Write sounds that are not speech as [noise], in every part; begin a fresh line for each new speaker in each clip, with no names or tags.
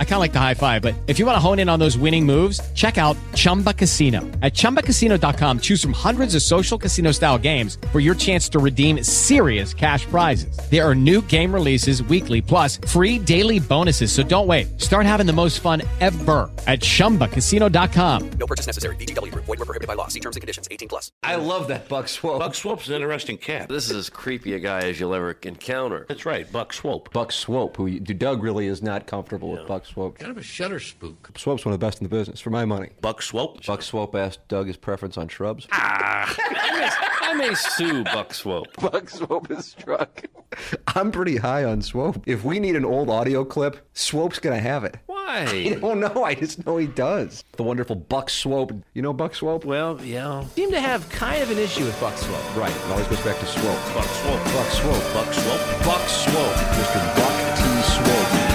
I kind of like the high five, but if you want to hone in on those winning moves, check out Chumba Casino. At chumbacasino.com, choose from hundreds of social casino style games for your chance to redeem serious cash prizes. There are new game releases weekly, plus free daily bonuses. So don't wait. Start having the most fun ever at chumbacasino.com.
No purchase necessary. BGW. Void were prohibited by law. See terms and conditions. 18 plus.
I love that Buck Swope.
Buck Swope's an interesting cat.
This is as creepy a guy as you'll ever encounter.
That's right, Buck Swope.
Buck Swope, who you- Doug really is not comfortable with Buck Swope.
Kind of a shutter spook.
Swope's one of the best in the business, for my money.
Buck Swope.
Buck Swope asked Doug his preference on shrubs.
Ah.
Ah.
[laughs] I may, I may sue Buck Swope.
Buck Swope is struck. [laughs] I'm pretty high on Swope. If we need an old audio clip, Swope's going to have it. [laughs] I
Why?
don't know. I just know he does. The wonderful Buck Swope. You know Buck Swope?
Well, yeah.
seem to have kind of an issue with Buck Swope.
Right. It always goes back to Swope.
Buck Swope.
Buck Swope.
Buck Swope.
Buck Swope. Mr. Buck T. Swope.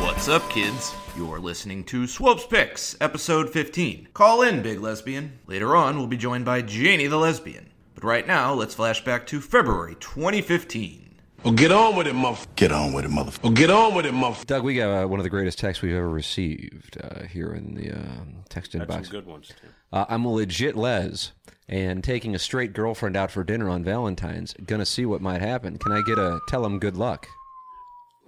What's up, kids? You're listening to Swope's Picks, episode 15. Call in, Big Lesbian. Later on, we'll be joined by Janie the Lesbian. But right now, let's flash back to February 2015.
Well, get on with it, motherfucker. Get on with it, motherfucker. Well, get on with it, motherfucker.
Doug, we got uh, one of the greatest texts we've ever received uh, here in the um text inbox.
Some good ones, too.
Uh, I'm a legit les and taking a straight girlfriend out for dinner on Valentine's. Gonna see what might happen. Can I get a tell him good luck?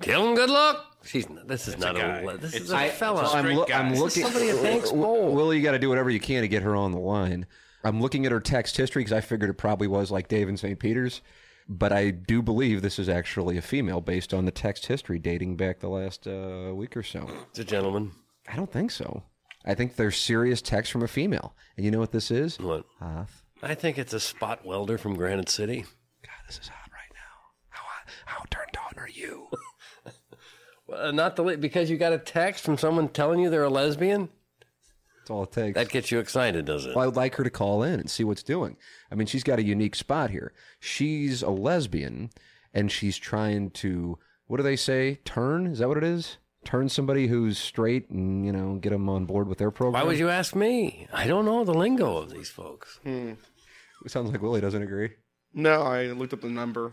Tell him good luck. She's n- this is not
guy.
a, le- this
It's
is a
a-
fella.
it's a straight
loo-
guy.
I'm
This is
looking.
somebody that thinks
Wi-
bold.
Willie, you got to do whatever you can to get her on the line. I'm looking at her text history because I figured it probably was like Dave and St. Peter's, but I do believe this is actually a female based on the text history dating back the last uh, week or so.
It's a gentleman.
I don't think so. I think they're serious texts from a female. And you know what this is?
What?
Hoth.
I think it's a spot welder from Granite City.
This is hot right now. How, how turned on
[laughs]
are you?
Uh, not the li- because you got a text from someone telling you they're a lesbian.
That's all it takes.
That gets you excited, does it?
Well, I would like her to call in and see what's doing. I mean, she's got a unique spot here. She's a lesbian and she's trying to, what do they say? Turn? Is that what it is? Turn somebody who's straight and, you know, get them on board with their program.
Why would you ask me? I don't know the lingo of these folks.
Sounds like Willie doesn't agree.
No, I looked up the number.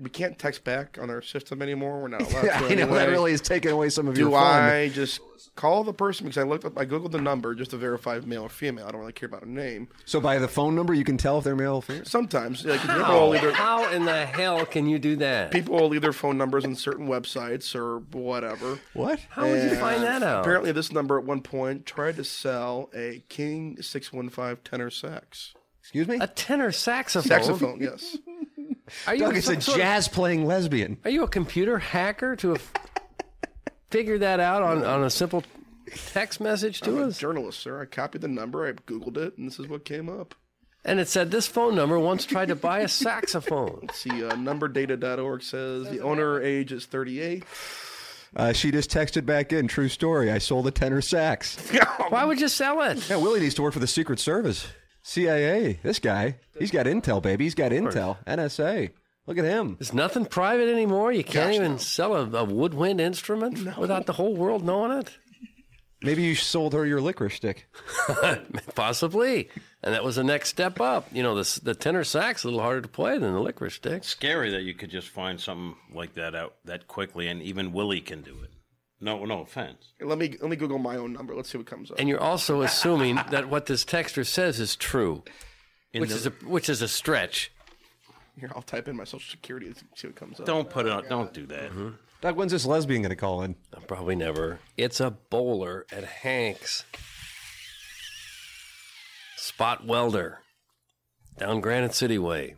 We can't text back on our system anymore.
[laughs]
We're not allowed to.
Yeah, [laughs] I know. That
anyway.
really is taking away some of your
Do
fun.
I just call the person because I looked up, I googled the number just to verify if male or female. I don't really care about a name.
So by the phone number, you can tell if they're male or female?
Sometimes, like people
How,
will leave their
how in the hell can you do that?
people will leave their phone numbers on certain websites or whatever.
What?
How would you find
And
that out?
Apparently, this number at one point tried to sell a King 615 tenor sax.
Excuse me?
a tenor saxophone.
Saxophone, yes.
Are you
Doug, it's a
some sort of-
jazz playing lesbian.
Are you a computer hacker to have figured that out on, on a simple text message
I'm
to
a
us?
journalist, sir. I copied the number, I Googled it, and this is what came up.
And it said this phone number once tried
[laughs]
to buy a saxophone.
See, uh, numberdata.org says the owner age is 38.
Uh, she just texted back in. True story. I sold a tenor sax.
[laughs] Why would you sell it?
Yeah, Willie needs to work for the Secret Service. CIA. This guy. He's got intel, baby. He's got intel. NSA. Look at him.
It's nothing private anymore. You can't
Gosh,
even
no.
sell a, a woodwind instrument without the whole world knowing it.
Maybe you sold her your licorice stick.
[laughs] Possibly. And that was the next step up. You know, the, s- the tenor sax a little harder to play than the licorice stick.
Scary that you could just find something like that out that quickly, and even Willie can do it. No, no offense.
Let me let me Google my own number. Let's see what comes up.
And you're also assuming that what this texter says is true, which is a which is a stretch.
Here, I'll type in my social security and see what comes up.
Don't put it on. Don't do that.
Doug, when's this lesbian going to call in?
Mm-hmm. Uh, Probably never. It's a bowler at Hanks. Spot welder. Down Granite City Way.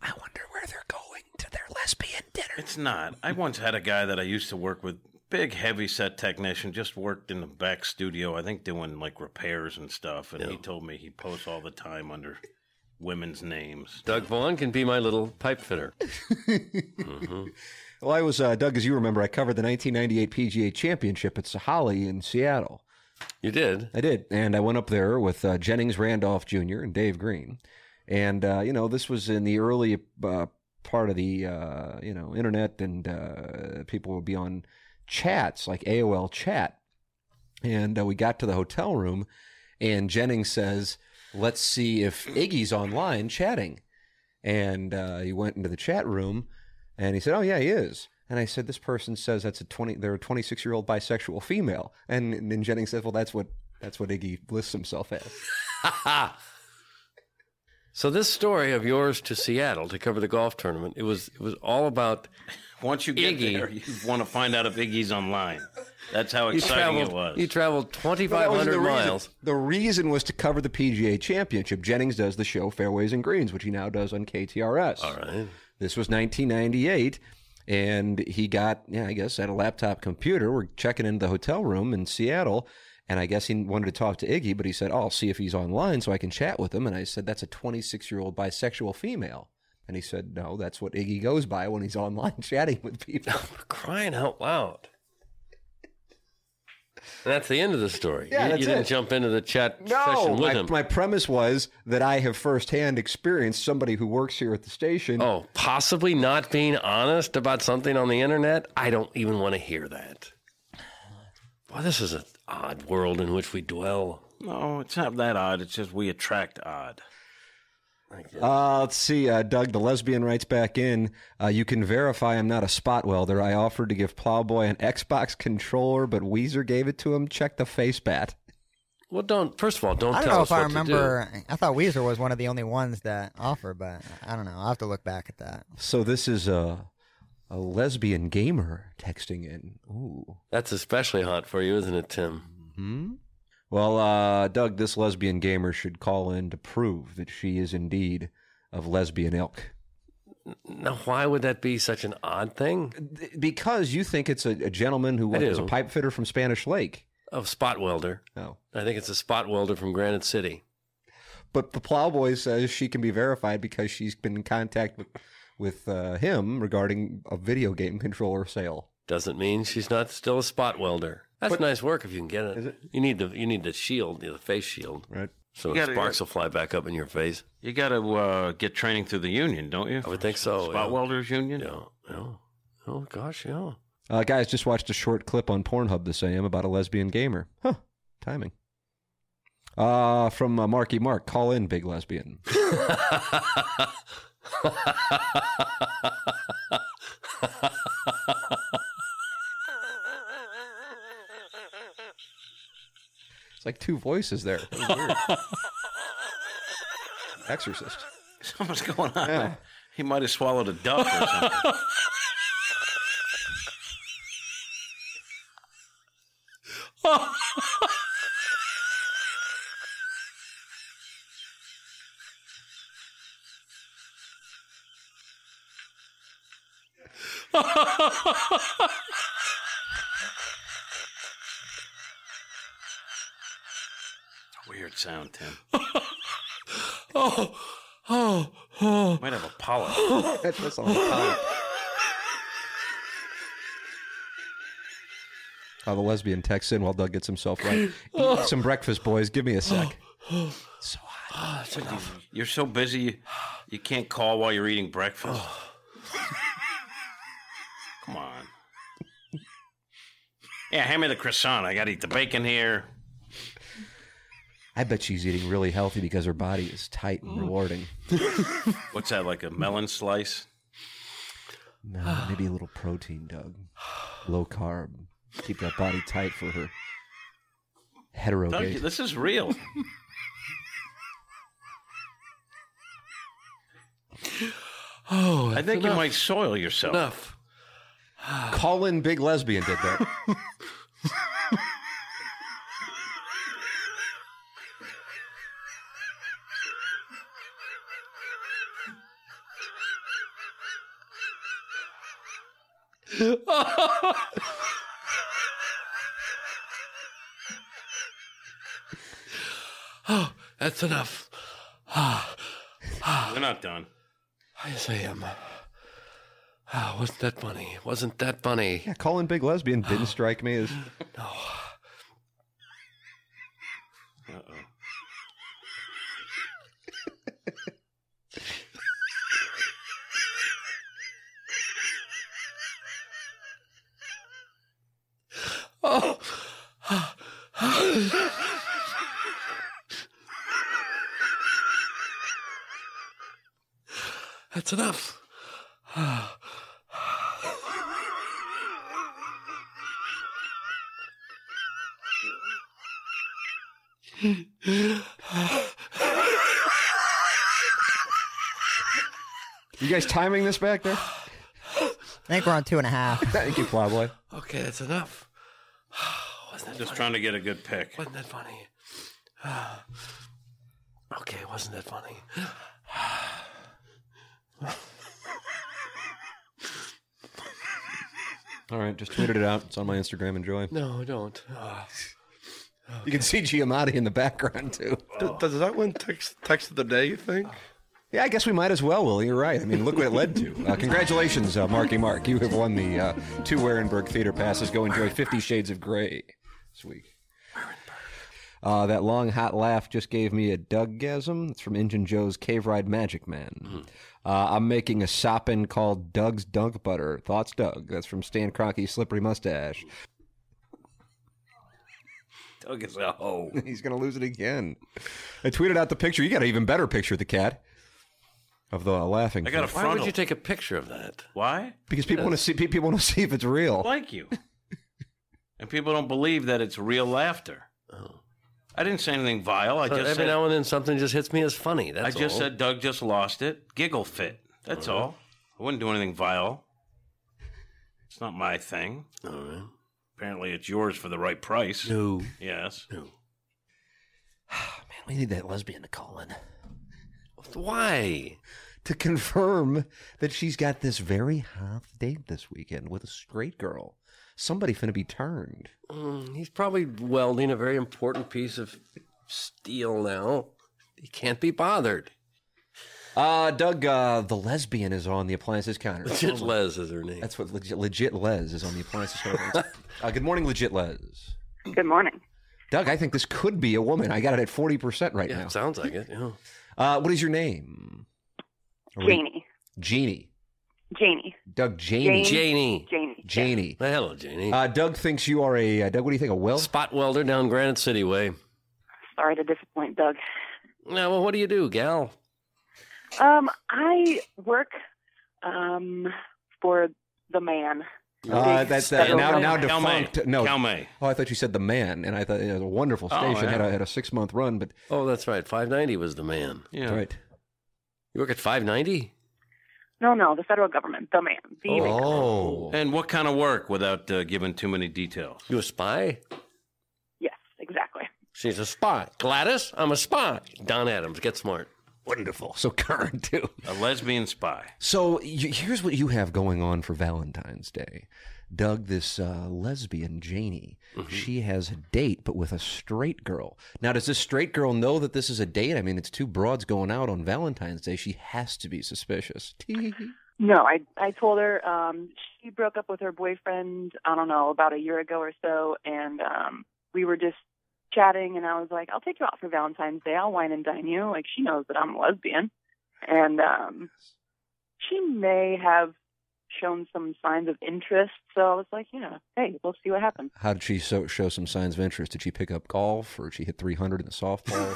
I wonder where they're going to their lesbian dinner.
It's not. I once had a guy that I used to work with, big heavy set technician, just worked in the back studio, I think doing like repairs and stuff. And he told me he posts all the time under women's names.
Doug Vaughn can be my little pipe
[laughs]
fitter. Mm-hmm.
Well, I was, uh, Doug, as you remember, I covered the 1998 PGA Championship at Sahali in Seattle.
You did?
I did. And I went up there with uh, Jennings Randolph Jr. and Dave Green. And, uh, you know, this was in the early uh, part of the, uh, you know, internet, and uh, people would be on chats like AOL chat. And uh, we got to the hotel room, and Jennings says, Let's see if Iggy's online chatting. And uh, he went into the chat room and he said, Oh, yeah, he is. And I said, This person says that's a 20, they're a 26 year old bisexual female. And, and then Jennings says, Well, that's what, that's what Iggy lists himself as.
So this story of yours to Seattle to cover the golf tournament, it was it was all about
Once you get
Iggy.
there, you want to find out if Iggy's online. That's how
you
exciting
traveled
it was.
you traveled twenty
Well, that
five
wasn't
hundred
the reason.
miles.
The reason was to cover the PGA Championship. Jennings does the show Fairways and Greens, which he now does on KTRS. All right. This was 1998, and he got, yeah, I guess, at a laptop computer. We're checking into the hotel room in Seattle, and I guess he wanted to talk to Iggy, but he said, oh, I'll see if he's online so I can chat with him. And I said, that's a 26 year old bisexual female. And he said, no, that's what Iggy goes by when he's online [laughs] chatting with people.
Crying out loud. And that's the end of the story.
Yeah,
you,
that's
you didn't
it.
jump into the chat session with
my,
him.
my premise was that I have firsthand experienced somebody who works here at the station.
Oh, possibly not being honest about something on the internet? I don't even want to hear that. Boy, this is an odd world in which we dwell.
no, it's not that odd. It's just we attract odd.
Uh, let's see. Uh, Doug, the lesbian writes back in. Uh, you can verify I'm not a spot welder. I offered to give Plowboy an Xbox controller, but Weezer gave it to him. Check the face bat.
Well, don't, first of all, don't
I don't
tell
know
us
if I
what to do.
remember. I thought Weezer was one of the only ones that offer, but I don't know. I'll have to look back at that.
So this is a, a lesbian gamer texting in. Ooh.
That's especially hot for you, isn't it, Tim?
Mm-hmm. Well, uh, Doug, this lesbian gamer should call in to prove that she is indeed of lesbian ilk.
Now, why would that be such an odd thing?
Because you think it's a, a gentleman who
I
was a
do.
pipe fitter from Spanish Lake.
Of spot welder.
Oh.
I think it's a spot welder from Granite City.
But the plowboy says she can be verified because she's been in contact with, with uh, him regarding a video game controller sale.
Doesn't mean she's not still a spot welder. That's nice work if you can get it. You need the you need the shield, the face shield,
Right.
so
gotta-
sparks will fly back up in your face.
You got to uh, get training through the union, don't you?
I would think so.
Spot
yeah.
welders union.
Yeah. Yeah. Oh gosh, yeah. [laughs]
Uh, guys, just watched a short clip on Pornhub this AM about a lesbian gamer. Huh. Timing. Uh, from uh, Marky Mark, call in, big lesbian. It's like two voices there. It was
[laughs]
weird. Exorcist.
[laughs] Something's going on. He might have swallowed a duck or something. [laughs] Weird sound, Tim.
[laughs]
Oh, oh, oh.
Might have a polyp.
[laughs]
That was on the comic. Oh, the lesbian texts in while Doug gets himself right.
[laughs]
Eat some breakfast, boys. Give me
[gasps]
a sec.
You're so busy, you, you can't call while you're eating breakfast. Come on. Yeah, hand me the croissant. I got to eat the bacon here.
I bet she's eating really healthy because her body is tight
Mm.
and
[laughs]
rewarding.
What's that, like a melon slice?
[sighs]
No, maybe a little protein, Doug. Low carb. Keep that body tight for her hetero
Doug,
date.
this is real.
[sighs] Oh,
I
that's
think you
enough.
might soil yourself.
enough. [sighs]
Colin Big Lesbian did
[laughs]
that.
[laughs] That's enough. Ah,
We're not done.
Yes, I am. Ah, wasn't that funny? Wasn't that funny?
yeah, Colin Big Lesbian
[sighs]
didn't strike me as
Oh,
[sighs] Uh,
That's enough. [sighs]
You guys timing this back there?
I think we're on two and a half.
Thank you, Plowboy.
Okay, that's enough. Wasn't that
Just
funny?
trying to get a good pick.
Wasn't that funny? [sighs] okay, wasn't that funny?
All right, just tweeted it out. It's on my Instagram. Enjoy.
No, don't. Ah.
You can see Giamatti in the background too.
Does, does that win text text of the day? You think?
Yeah, I guess we might as well, Willie. You're right. I mean, look what it led to. Uh, congratulations, uh, Marky Mark. You have won the uh, two Warenberg Theater passes. Go enjoy Fifty Shades of Grey this week. Uh, that long, hot laugh just gave me a Douggasm. It's from Injun Joe's Cave Ride Magic Man.
Hmm.
Uh, I'm making a soppin called Doug's Dunk Butter. Thoughts, Doug? That's from Stan Kroenke's Slippery Mustache.
Doug is a hoe.
Oh.
[laughs]
He's going to lose it again. I tweeted out the picture. You got an even better picture of the cat, of the uh, laughing.
I got a
Why
frontal.
would you take a picture of that?
Why?
Because people want to see people want to see if it's
Oh.
real.
Like you. and people don't believe that it's real laughter. I didn't say anything vile. I
Oh. So
just
Uh, every
said,
now and then something just hits me as funny.
I
That's
just
all.
said Doug just lost it. Giggle fit. That's all. I wouldn't do anything vile. It's not my thing.
All right.
Apparently, it's yours for the right price.
No.
Yes.
Man, we need that [laughs] lesbian to call in
Why?
to confirm that she's got this very hot date this weekend with a straight girl. Somebody finna be turned.
Mm, he's probably welding a very important piece of steel now. He can't be bothered.
Uh, Doug, uh, the lesbian is on the appliances counter. Oh
Legit Les is her name.
That's what legit, legit Les is on the
[laughs]
appliances counter. uh, good morning, legit Les.
Good morning.
Doug, I think this could be a woman. I got it at forty percent right
yeah,
now.
sounds like it. Yeah.
Uh, what is your name? Are we-
Janie.
Jeannie.
Janie.
Doug Janie.
Janie.
Janie.
Janie.
Janie.
Well, hello, Janie.
Uh, Doug thinks you are a uh, Doug. What do you think? A Will?
Spot welder down Granite City Way.
Sorry to disappoint, Doug.
Now, well, what do you do, gal?
Um, I work um for the man.
Uh, that's that
Spell-
now now
Calme.
defunct. No,
Calme.
oh, I thought you said the man, and I thought it was a wonderful
Oh,
station. had
yeah.
a had a six month run, but
Oh, that's right. 590 was the man.
Yeah.
right.
You work at 590?
No, no, the federal government. The man. The man.
Oh,
And what kind of work without uh, giving too many details?
You a spy?
Yes, exactly.
She's a spy. Gladys, I'm a spy. Don Adams, get smart.
wonderful. So current too.
A lesbian
[laughs]
spy.
So you, here's what you have going on for Valentine's Day, Doug. This uh, lesbian Janie, she has a date, but with a straight girl. Now, does this straight girl know that this is a date? I mean, it's two broads going out on Valentine's Day. She has to be suspicious.
[laughs] No, I I told her um she broke up with her boyfriend, I don't know, about a year ago or so and um we were just chatting and I was like, I'll take you out for Valentine's Day, I'll wine and dine you. Like she knows that I'm a lesbian. And um she may have shown some signs of interest, so I was like, Yeah, hey, we'll see what happens.
How did she so, show some signs of interest? Did she pick up golf, or did she hit 300 in the softball?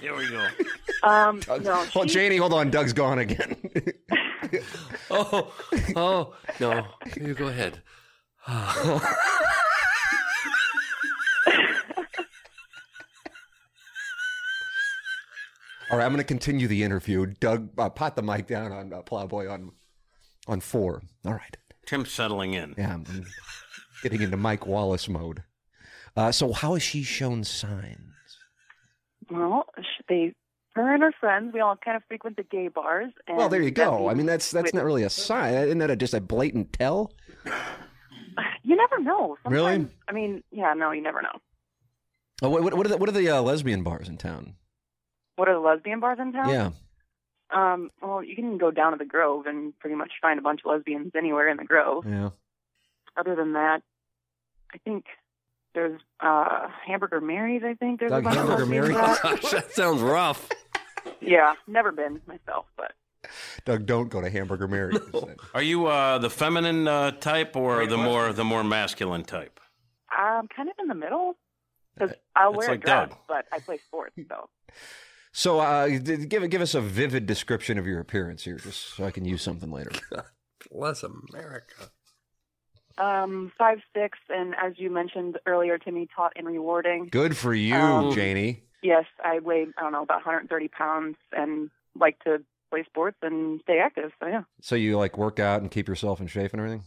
Here we go.
Um no,
well,
she-
Janie, hold on. Doug's gone again. [laughs]
Oh, oh, no. You go ahead.
All right, I'm going to continue the interview. Doug, uh, pot the mic down on uh, Plowboy on on four. All right.
Tim's settling in.
Yeah, I'm I'm Um, getting into Mike Wallace mode. Uh, so, how has she shown signs?
Well, sh- they, her and her friends, we all kind of frequent the gay bars. And
Well, there you
that
go. I
leads
mean, that's that's
with-
not really a sign. Isn't that a, just a blatant tell?
[laughs] You never know.
Really?
Sometimes- I mean, yeah, no, you never know.
Oh, what, what are the, what are the uh, lesbian bars in town?
What are the lesbian bars in town?
Yeah.
Um, well, you can go down to the Grove and pretty much find a bunch of lesbians anywhere in the Grove.
Yeah.
Other than that, I think there's uh, Hamburger Mary's. I think
[laughs]
there's
Doug,
a bunch
Hamburger Oh,
[laughs] of lesbians
Mary's?
at.
Gosh, that sounds rough.
yeah, never been myself, but
Doug, don't go to Hamburger [laughs] Mary's.
Are you uh, the feminine uh, type or the more the more masculine type?
I'm kind of in the middle because I'll
that's
wear
Uh, like
a dress,
Doug.
but I play sports, so
So, uh, d- give give us a vivid description of your appearance here, just so I can use something
[laughs]
later.
Bless America.
um, five six, and as you mentioned earlier, Timmy taught and rewarding.
Good for you,
Um,
Janie.
Yes, I weigh I don't know about 130 pounds and like to play sports and stay active. So yeah,
So you like work out and keep yourself in shape and everything.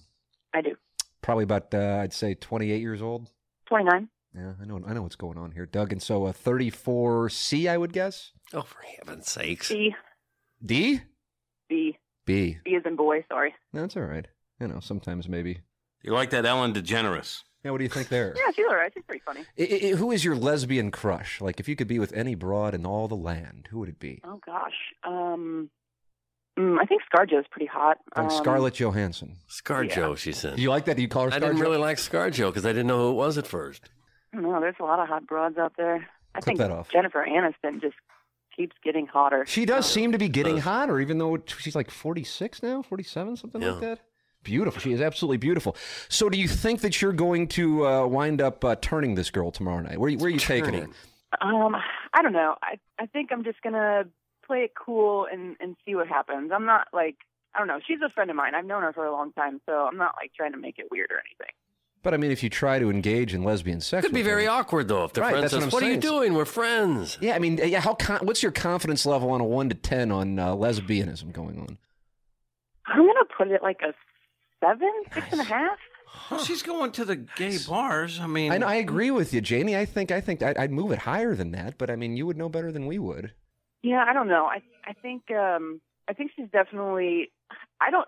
I do.
Probably about uh, I'd say 28 years old.
29.
Yeah, I know. I know what's going on here, Doug. And so, uh, 34C, I would guess.
Oh, for heaven's sakes.
B
D.
B
B.
B is in boy. Sorry.
No, it's all right. You know, sometimes maybe.
You like that Ellen DeGeneres?
Yeah. What do you think there?
Yeah, she's alright. She's pretty funny.
I- I- I- who is your lesbian crush? Like, if you could be with any broad in all the land, who would it be?
Oh gosh. Um, mm, I think ScarJo's pretty hot.
Like
Um,
Oh, Scarlett Johansson.
ScarJo, she said.
Do you like that? Do you call her
I didn't
ScarJo?
really like ScarJo because I didn't know who it was at first.
I don't know. There's a lot of hot broads out there. I
Clip
think
that off.
Jennifer Aniston just keeps getting hotter. Um,
She does seem to be getting hotter, even though she's like 46 now, 47, something like
Yeah.
that. Beautiful. She is absolutely beautiful. So, do you think that you're going to uh, wind up uh, turning this girl tomorrow night? Where, where are you taking her?
Turning.
Um, I don't know. I I think I'm just gonna play it cool and and see what happens. I'm not like I don't know. She's a friend of mine. I've known her for a long time, so I'm not like trying to make it weird or anything.
But I mean, if you try to engage in lesbian sex,
Could be
with her-
very awkward though if the
Right,
friend
that's
says,
what I'm
"What are you
saying.
doing? We're friends."
Yeah, I mean, yeah. How con- what's your confidence level on a one to ten on uh, lesbianism going on?
I'm gonna put it like a seven, six and a half.
Well, [sighs] she's going to the gay bars. I mean,
I, know, I agree with you, Janie. I think I think I'd, I'd move it higher than that, but I mean, you would know better than we would.
Yeah, I don't know. I I think um I think she's definitely I don't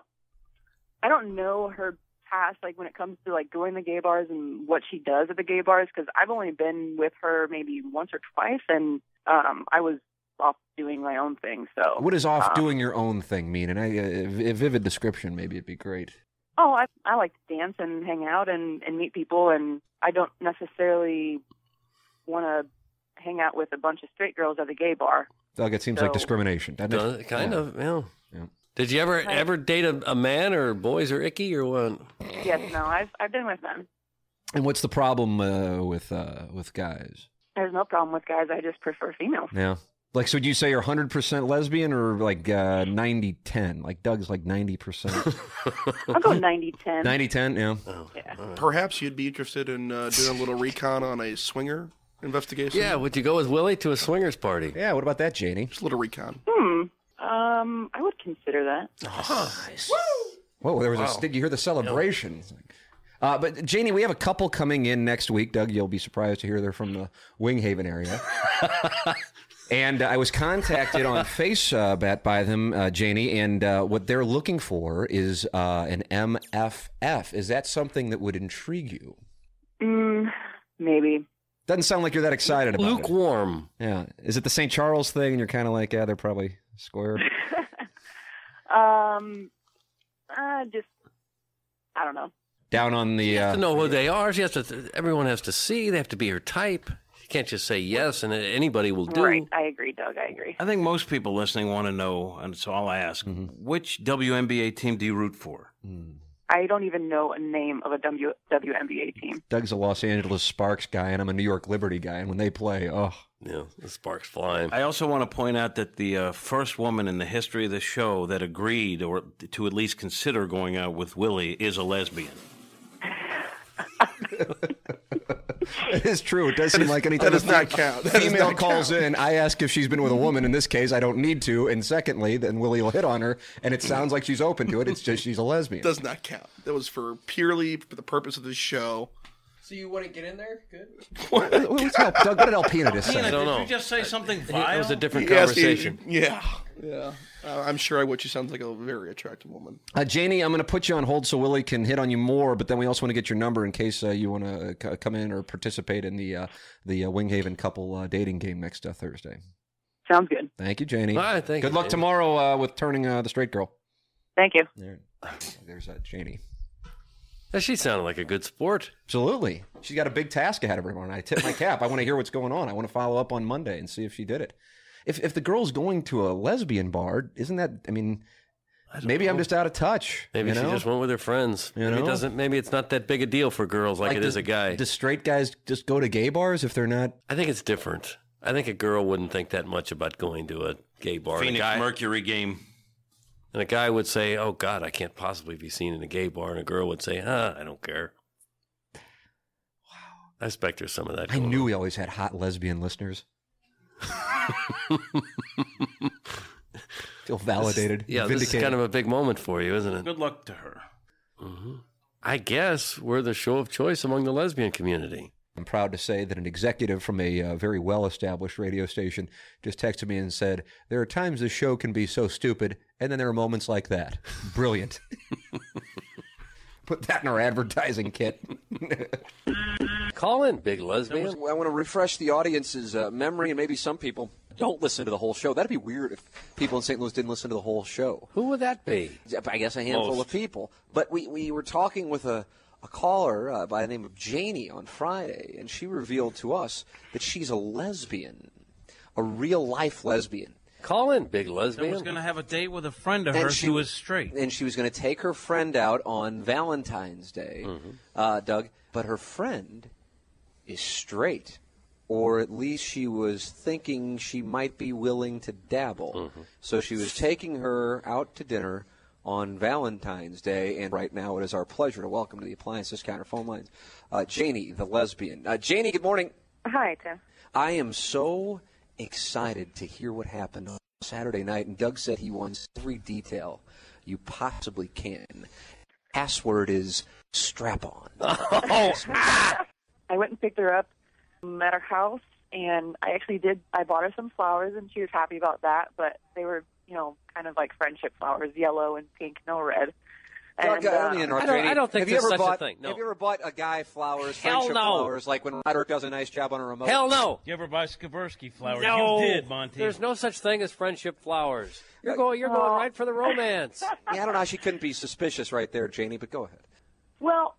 I don't know her past like when it comes to like going to gay bars and what she does at the gay bars because I've only been with her maybe once or twice and um I was off doing my own thing. So
What does off
Oh.
um,
doing your own thing mean? And I, a, a vivid description, maybe it'd be great.
Oh, I I like to dance and hang out and and meet people and I don't necessarily want to hang out with a bunch of straight girls at a gay bar.
Doug, it seems like
So-
discrimination. doesn't it?
Does- kind
Yeah.
of, yeah. Did you ever ever date a, a man or boys or icky or what?
Yes, no, I've I've been with them.
And what's the problem uh, with uh, with guys?
There's no problem with guys. I just prefer females.
Yeah. Like, so would you say you're 100% lesbian or like uh, 90 10? Like, Doug's like 90%.
I'll go 90 10.
90 10, yeah.
Oh. Uh, Perhaps you'd be interested in uh, doing a little recon on a swinger investigation.
Yeah, would you go with Willie to a swingers party?
Yeah, what about that, Janie?
Just a little recon.
Hmm. Um, I would consider that.
Whoa, there was
Wow.
a. Did you hear the celebration? Uh, but Janie, we have a couple coming in next week. Doug, you'll be surprised to hear they're from the Winghaven area. and uh, I was contacted on Face uh, Bat by them, uh, Janie, and uh, what they're looking for is uh, an MFF. Is that something that would intrigue you?
Mm, maybe.
Doesn't sound like you're that excited about it.
Lukewarm.
Yeah. Is it the St. Charles thing? And you're kind of like, yeah, they're probably square.
Um, uh, just I don't know.
Down on the. Uh,
To know who they are, she has to. Everyone has to see. They have to be her type. You can't just say yes and anybody will do.
Right. I agree, Doug. I agree.
I think most people listening want to know, and so I'll ask:
Mm-hmm.
Which WNBA team do you root for?
I don't even know a name of a w- WNBA team.
Doug's a Los Angeles Sparks guy, and I'm a New York Liberty guy. And when they play, oh, [laughs]
yeah, the sparks flying.
I also want to point out that the uh, first woman in the history of the show that agreed or to at least consider going out with Willie is a lesbian.
it is true. It does seem like anything.
that does not count. That does
female
not
calls in. I ask if she's been with a woman. In this case, I don't need to. And secondly, then Willie will hit on her, and it sounds like she's open to it. It's just she's a lesbian.
Does not count. That was for purely for the purpose of the show.
So you want to get in there? Good.
What-
[laughs]
what's help? Doug, what did Alpina just say?
Tina, did you just say something vile?
Yes, he- yeah, yeah. Uh, I'm sure I would. She sounds like a very attractive woman.
Uh, Janie, I'm going to put you on hold so Willie can hit on you more, but then we also want to get your number in case uh, you want to c- come in or participate in the uh, the uh, Winghaven couple uh, dating game next uh, Thursday.
Sounds good.
Thank you, Janie.
All right, thank
Good
you,
luck
Janie.
tomorrow uh, with turning uh, the straight girl.
Thank you.
There, there's uh, Janie.
She sounded like a good sport.
Absolutely. She's got a big task ahead of her. And I tip my cap. I want to hear what's going on. I want to follow up on Monday and see if she did it.
If if the girl's going to a lesbian bar, isn't that? I mean, maybe I'm just out of touch.
Maybe
you
she
know?
just went with her friends.
You
maybe it
know?
doesn't. Maybe it's not that big a deal for girls like, it is
does,
a guy.
Does straight guys just go to gay bars if they're not?
I think it's different. I think a girl wouldn't think that much about going to a gay bar. And a
Phoenix
guy-
Mercury game.
And a guy would say, "Oh God, I can't possibly be seen in a gay bar," and a girl would say, "Huh, I don't care." Wow, I expect there's some of
[laughs]
that.
I knew we always had hot lesbian
[laughs]
listeners. Feel validated.
yeah, this is
vindicated.
kind of a big moment for you, isn't it?
Good luck to her.
hmm I guess we're the show of choice among the lesbian community.
I'm proud to say that an executive from a uh, very well established radio station just texted me and said, There are times this show can be so stupid, and then there are moments like that.
[laughs]
Brilliant. Put that in our advertising
[laughs]
kit.
Call in, big lesbian.
I want to refresh the audience's uh, memory, and maybe some people don't listen to the whole show. That'd be weird if people in St. Louis didn't listen to the whole show.
Who would that be?
I guess a handful
Most.
of people. But we, we were talking with a, a caller uh, by the name of Janie on Friday, and she revealed to us that she's a lesbian, a real life lesbian.
Call in, big
Someone's
lesbian.
going to have a date with a friend of hers who is straight.
And she was going to take her friend out on Valentine's Day, uh, Doug. But her friend is straight, or at least she was thinking she might be willing to dabble. So she was taking her out to dinner on Valentine's Day, and right now it is our pleasure to welcome to the appliance discounter phone lines, uh, Janie, the lesbian. Uh, Janie, good morning.
Hi, Tim.
I am so excited to hear what happened on Saturday night, and Doug said he wants every detail you possibly can. Password is strap on.
[laughs] Oh, I went and picked her up um, at her house, and I actually did. I bought her some flowers, and she was happy about that. But they were, you know, kind of like friendship flowers, yellow and pink, no red. And,
Doug, let
uh,
me interrupt, Janie. have you ever bought, Have you ever bought a guy flowers,
Hell
friendship
no.
flowers, like when Roderick does a nice job on a remote?
You ever buy Skaversky flowers?
No,
You did, Monty.
There's no such thing as friendship flowers. You're going, you're going right for the romance.
yeah, I don't know. She couldn't be suspicious right there, Janie, but go ahead.
[laughs] Well,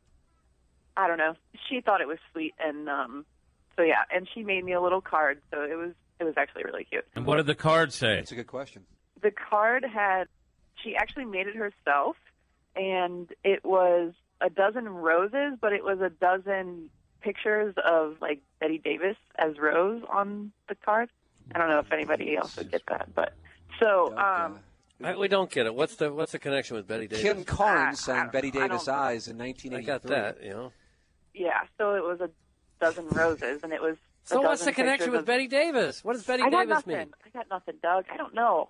I don't know. She thought it was sweet, and um, so yeah, and she made me a little card. So it was, it was actually really cute.
And what did the card say? That's
a good question.
the card had she actually made it herself and it was a dozen roses but it was a dozen pictures of like betty davis as rose on the card i don't know if anybody else would get that but so um
I, we don't get it. What's the what's the connection with Betty Davis?
Kim Carnes sang Betty
I don't-
Davis Eyes in 1983.
I got that, you know.
yeah so it was a dozen roses and it was a
So what's the
dozen
connection
pictures
with
of-
Betty Davis? What does Betty
I got
Davis
nothing.
mean?
i got nothing doug i don't know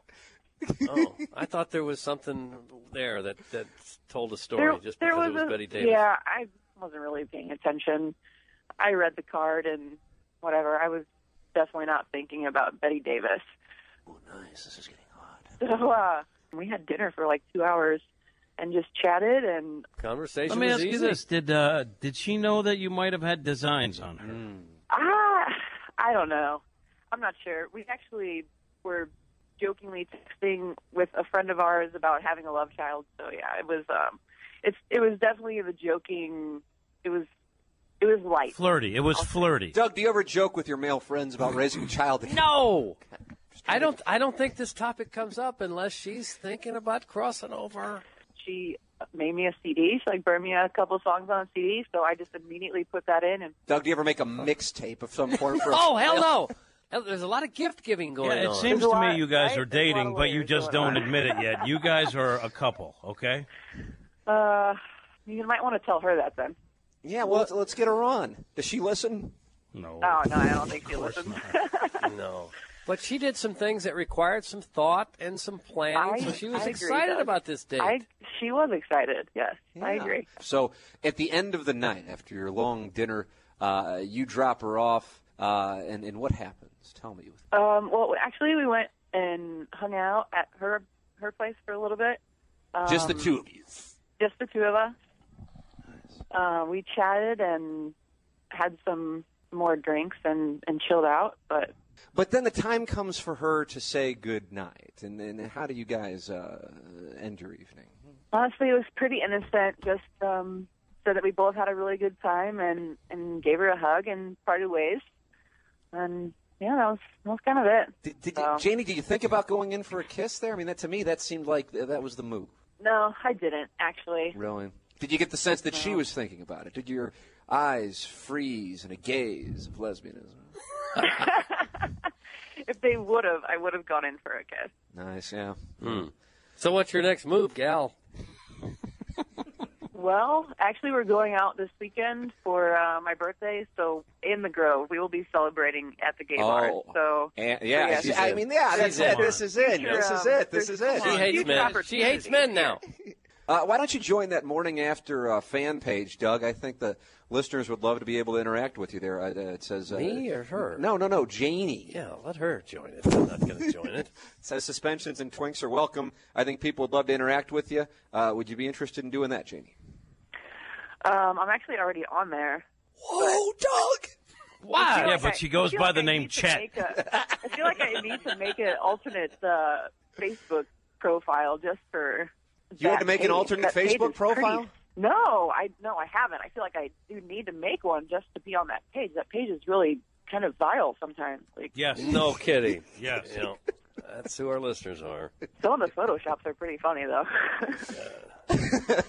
Oh, I thought there was something there that, that told a story
there,
just because
there
it was Betty Davis.
Yeah, I wasn't really paying attention. I read the card and whatever. I was definitely not thinking about Betty Davis. Oh, nice. This is getting hot. [laughs] So uh, we had dinner for like two hours and just chatted and
Conversation
Let me
was
ask you
easy.
this: Did uh, did she know that you might have had designs on her?
Mm.
ah, I don't know. I'm not sure. We actually were jokingly texting with a friend of ours about having a love child. So yeah, it was um, it's it was definitely the joking. It was it was light.
Flirty. It was flirty.
Doug, do you ever joke with your male friends about raising a child?
No. I don't I don't think this topic comes up unless she's thinking about crossing over.
she made me a CD. She like burned me a couple songs on a CD, so I just immediately put that in. And
Doug, do you ever make a mixtape of some form? For
[laughs] Oh, hell no. Hell, There's a lot of gift giving going
Yeah, it
on.
seems to me you guys are dating, but you just don't admit it yet. You guys are a couple, okay?
uh, you might want to tell her that then.
Yeah, well, let's, let's get her on. Does she listen?
No.
Oh no, I don't think she listens. [laughs]
no. But she did some things that required some thought and some planning,
I-
so she was
I agree,
excited
Doug.
about this date.
I she was excited. Yes, I
Yeah.
agree.
So at the end of the night, after your long dinner, uh, you drop her off, uh, and, and what happens? Tell me.
Um, well, actually, we went and hung out at her her place for a little bit. Um,
Just the two of you.
Just the two of us. Uh, we chatted and had some more drinks and and chilled out, but
But then the time comes for her to say good night, and then how do you guys uh, end your evening?
Honestly, it was pretty innocent. Just um, so that we both had a really good time and and gave her a hug and parted ways. And yeah, that was that was kind of it.
Did, did you,
Um,
Janie, did you think about going in for a kiss there? I mean, that to me, that seemed like th- that was the move.
No, I didn't actually. [laughs]
Really? Did you get the sense that she was thinking about it? Did your eyes freeze in a gaze of lesbianism?
If they would have, I would have gone in for a kiss.
Nice, yeah.
Hmm. So what's your next move, gal?
Well, actually, we're going out this weekend for uh, my birthday, so in the Grove, we will be celebrating at the gay bar.
Oh.
So
And, yeah,
Yes.
see, I mean, yeah, that's
She's
it.
in.
This is it.
Sure,
This is
um,
it. This is it.
She hates Huge men. She opportunity. hates men
now.
Uh, why don't you join that morning after uh, fan page, Doug? I think the listeners would love to be able to interact with you there. Uh, uh, it says uh,
Me or her?
No, no, no, Janie.
Yeah, let her join it. I'm not going to join
[laughs]
it.
says suspensions and twinks are welcome. I think people would love to interact with you. Uh, would you be interested in doing that, Janie?
um, I'm actually already on there.
Whoa, Doug!
Why?
Yeah, but she goes by the name Chet.
make a- I feel like I need to make an alternate uh, Facebook profile just for.
You had
that
to make an
page.
alternate
That page
Facebook
is
profile?
Pretty. No, I no, I haven't. I feel like I do need to make one just to be on that page. That page is really kind of vile sometimes. Like
Yes.
No kidding.
Yes.
You know, that's who our listeners
[laughs]
are.
some of the photoshops are pretty funny though.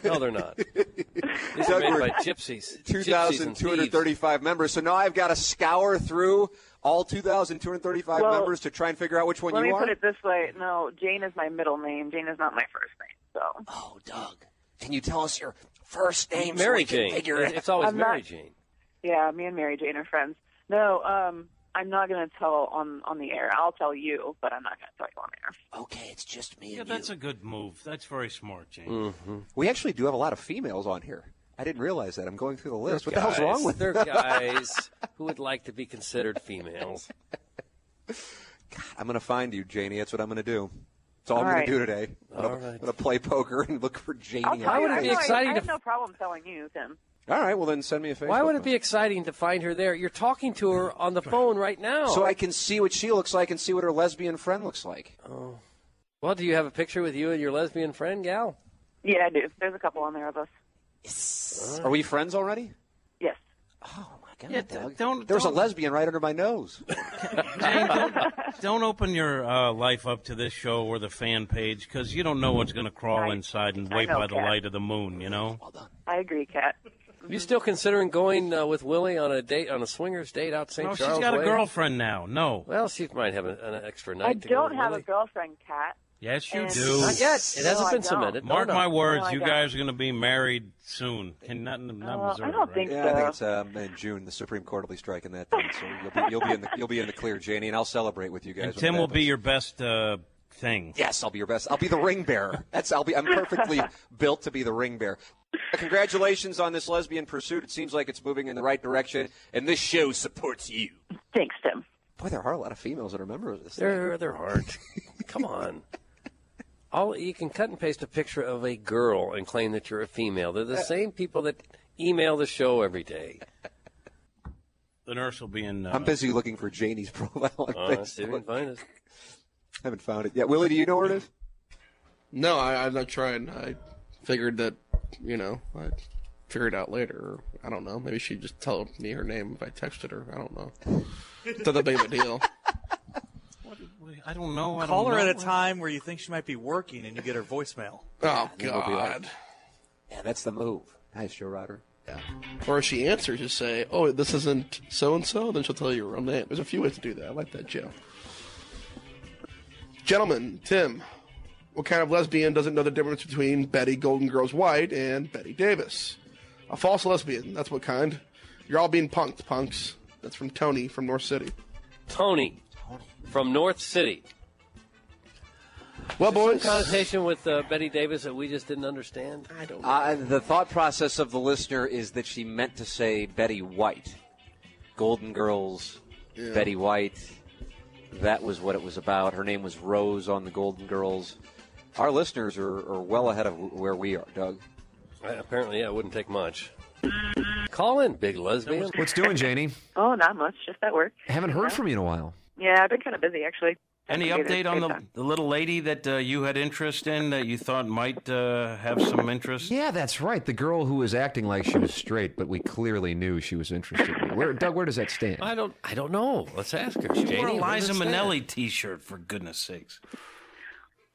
No, they're not. These are
Doug,
made
we're
by gypsies. Gypsies and thieves.
2,235 members. So now I've got to scour through all 2,235
Well,
members to try and figure out which one
Let
you
me
are.
put it this way. No, Jane is my middle name. Jane is not my first name. So.
Oh, Doug. Can you tell us your first name? so
Mary
we can
Jane.
Figure it
It's always
I'm
Mary
not-
Jane.
Yeah, me and Mary Jane are friends. No, um, I'm not going to tell on on the air. I'll tell you, but I'm not going to tell you on air.
[laughs] Okay, it's just me
Yeah,
and
that's
you.
a good move. That's very smart, Jane.
Mm-hmm.
We actually do have a lot of females on here. I didn't realize that. I'm going through the list. What the hell's
Guys,
wrong with
They're guys who would like to be considered females.
I'm going to find you, Janie. That's what I'm going to do. That's all,
All
I'm going
right.
to do today. I'm
All
going
right.
to play poker and look for Janie.
I'll tell
Why
you.
would it
I
be
have no-
exciting
I
to
have
f-
no problem telling you, Tim.
All right, well, then send me a Facebook.
Why would it be exciting to find her there? You're talking to her on
[laughs]
the phone right now.
So I can see what she looks like and see what her lesbian friend looks like.
Oh. Well, do you have a picture with you and your lesbian friend, gal?
Yeah, I do. There's a couple on there of us.
Are we friends already?
Yes.
God,
Yeah, d-
Doug.
don't-
There's
don't-
a lesbian right under my nose.
Don't open your uh, life up to this show or the fan page because you don't know what's going to crawl
I-
inside and
I
wait
know,
by the
Kat.
light of the moon, you know?
I agree, Kat.
You still considering going uh, with Willie on a date on a swingers date out St.
No, she's
Charles?
got a
Way?
girlfriend now. No.
Well, she might have an, an extra night.
I
to go
don't
with
have a
Willie.
girlfriend, Kat.
Yes, you
And-
do.
Not yet. It hasn't
No, I
been
don't.
submitted. No,
Mark
no.
my words,
No, I
you
don't.
guys are going to be married soon. And not, in- not
Uh, I
Missouri.
don't
right?
[laughs]
think
Yeah, I
so.
think it's um, in June. The Supreme Court will be striking that down, so you'll be, you'll be in the you'll be in the clear, Janie, and I'll celebrate with you guys.
And
when
Tim
it
will be
happens.
your best uh, thing.
Yes, I'll be your best. I'll be the ring bearer. That's I'll be. I'm
[laughs]
perfectly built to be the ring bearer. Congratulations on this lesbian pursuit. It seems like it's moving in the right direction, and this show supports you.
Thanks, Tim.
Boy, there are a lot of females that are members of this. thing.
There, there aren't. Come on. All you can cut and paste a picture of a girl and claim that you're a female. They're
Uh,
the same people that email the show every day.
The nurse will be in. Uh,
I'm busy looking for Janie's profile on
Oh, I see if we can
Facebook.
find it.
Haven't found it yet. Willie, do you know where it is?
No, I, I'm not trying. I figured that, you know, I'd figure it out later. Or, I don't know. Maybe she'd just tell me her name if I texted her. I don't know. It's not that big of a deal.
I don't know. I
Call
don't
her
know.
at a time where you think she might be working and you get her voicemail.
Oh,
think we'll be
God.
Yeah, that's the move. Nice, Joe Rodder.
Or if she answers, just say, oh, this isn't so and so. Then she'll tell you her real name. There's a few ways to do that. I like that, Joe. Gentlemen, Tim, what kind of lesbian doesn't know the difference between Betty Golden Girls White and Betty Davis? A false lesbian. That's what kind. You're all being punked, punks. That's from Tony from North City.
Tony from North City.
Well, boys.
Connotation with uh, Betty Davis that we just didn't understand.
I don't.
Uh, the thought process of the listener is that she meant to say Betty White, Golden Girls,
Yeah.
Betty White. That was what it was about. Her name was Rose on the Golden Girls. Our listeners are, are well ahead of w- where we are, Doug.
Uh, apparently, yeah, it wouldn't take much. Call in, big lesbian.
What's doing, Janie?
Oh, not much. Just at work.
Haven't heard from you in a while.
Yeah, I've been kind of busy actually.
Any
It is
update on
good
the,
time.
the little lady that uh, you had interest in that you thought might uh, have some interest?
Yeah, that's right. The girl who was acting like she was straight, but we clearly knew she was interested. In you. Where, Doug, where does that stand?
I don't. I don't know. Let's ask her.
She wore
Janie,
a
where
Liza
does it
Minnelli T-shirt for goodness sakes.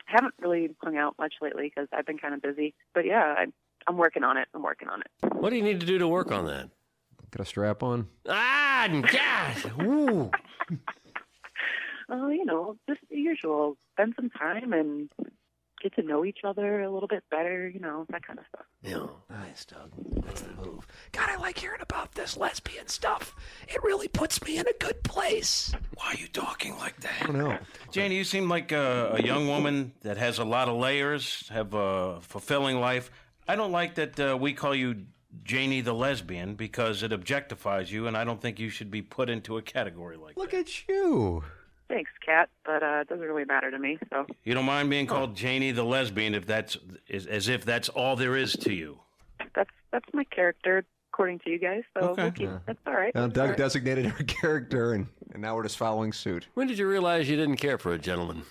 haven't really hung out much lately because I've been kind of busy. But yeah, I, I'm working on it. I'm working on it.
stand? What do you need to do to work on that?
Got a strap on?
Ah, and God. Ooh.
Oh, you know, just the usual. Spend some time and get to know each other a little bit better. You know, that kind of stuff.
Yeah. Nice, Doug. That's the move. God, I like hearing about this lesbian stuff. It really puts me in a good place.
Why are you talking like that?
I don't know.
Janie, you seem like a, a young woman that has a lot of layers, have a fulfilling life. I don't like that uh, we call you Janie the lesbian because it objectifies you, and I don't think you should be put into a category like
Look at you.
Thanks, Kat, but uh, it doesn't really matter to me. So
You don't mind being called Janie the lesbian if that's is, as if that's all there is to you.
that's that's my character according to you guys. So we'll keep, that's all right.
Uh,
That's all
Doug
right.
designated her [laughs] character, and, and now we're just following suit.
When did you realize you didn't care for a gentleman?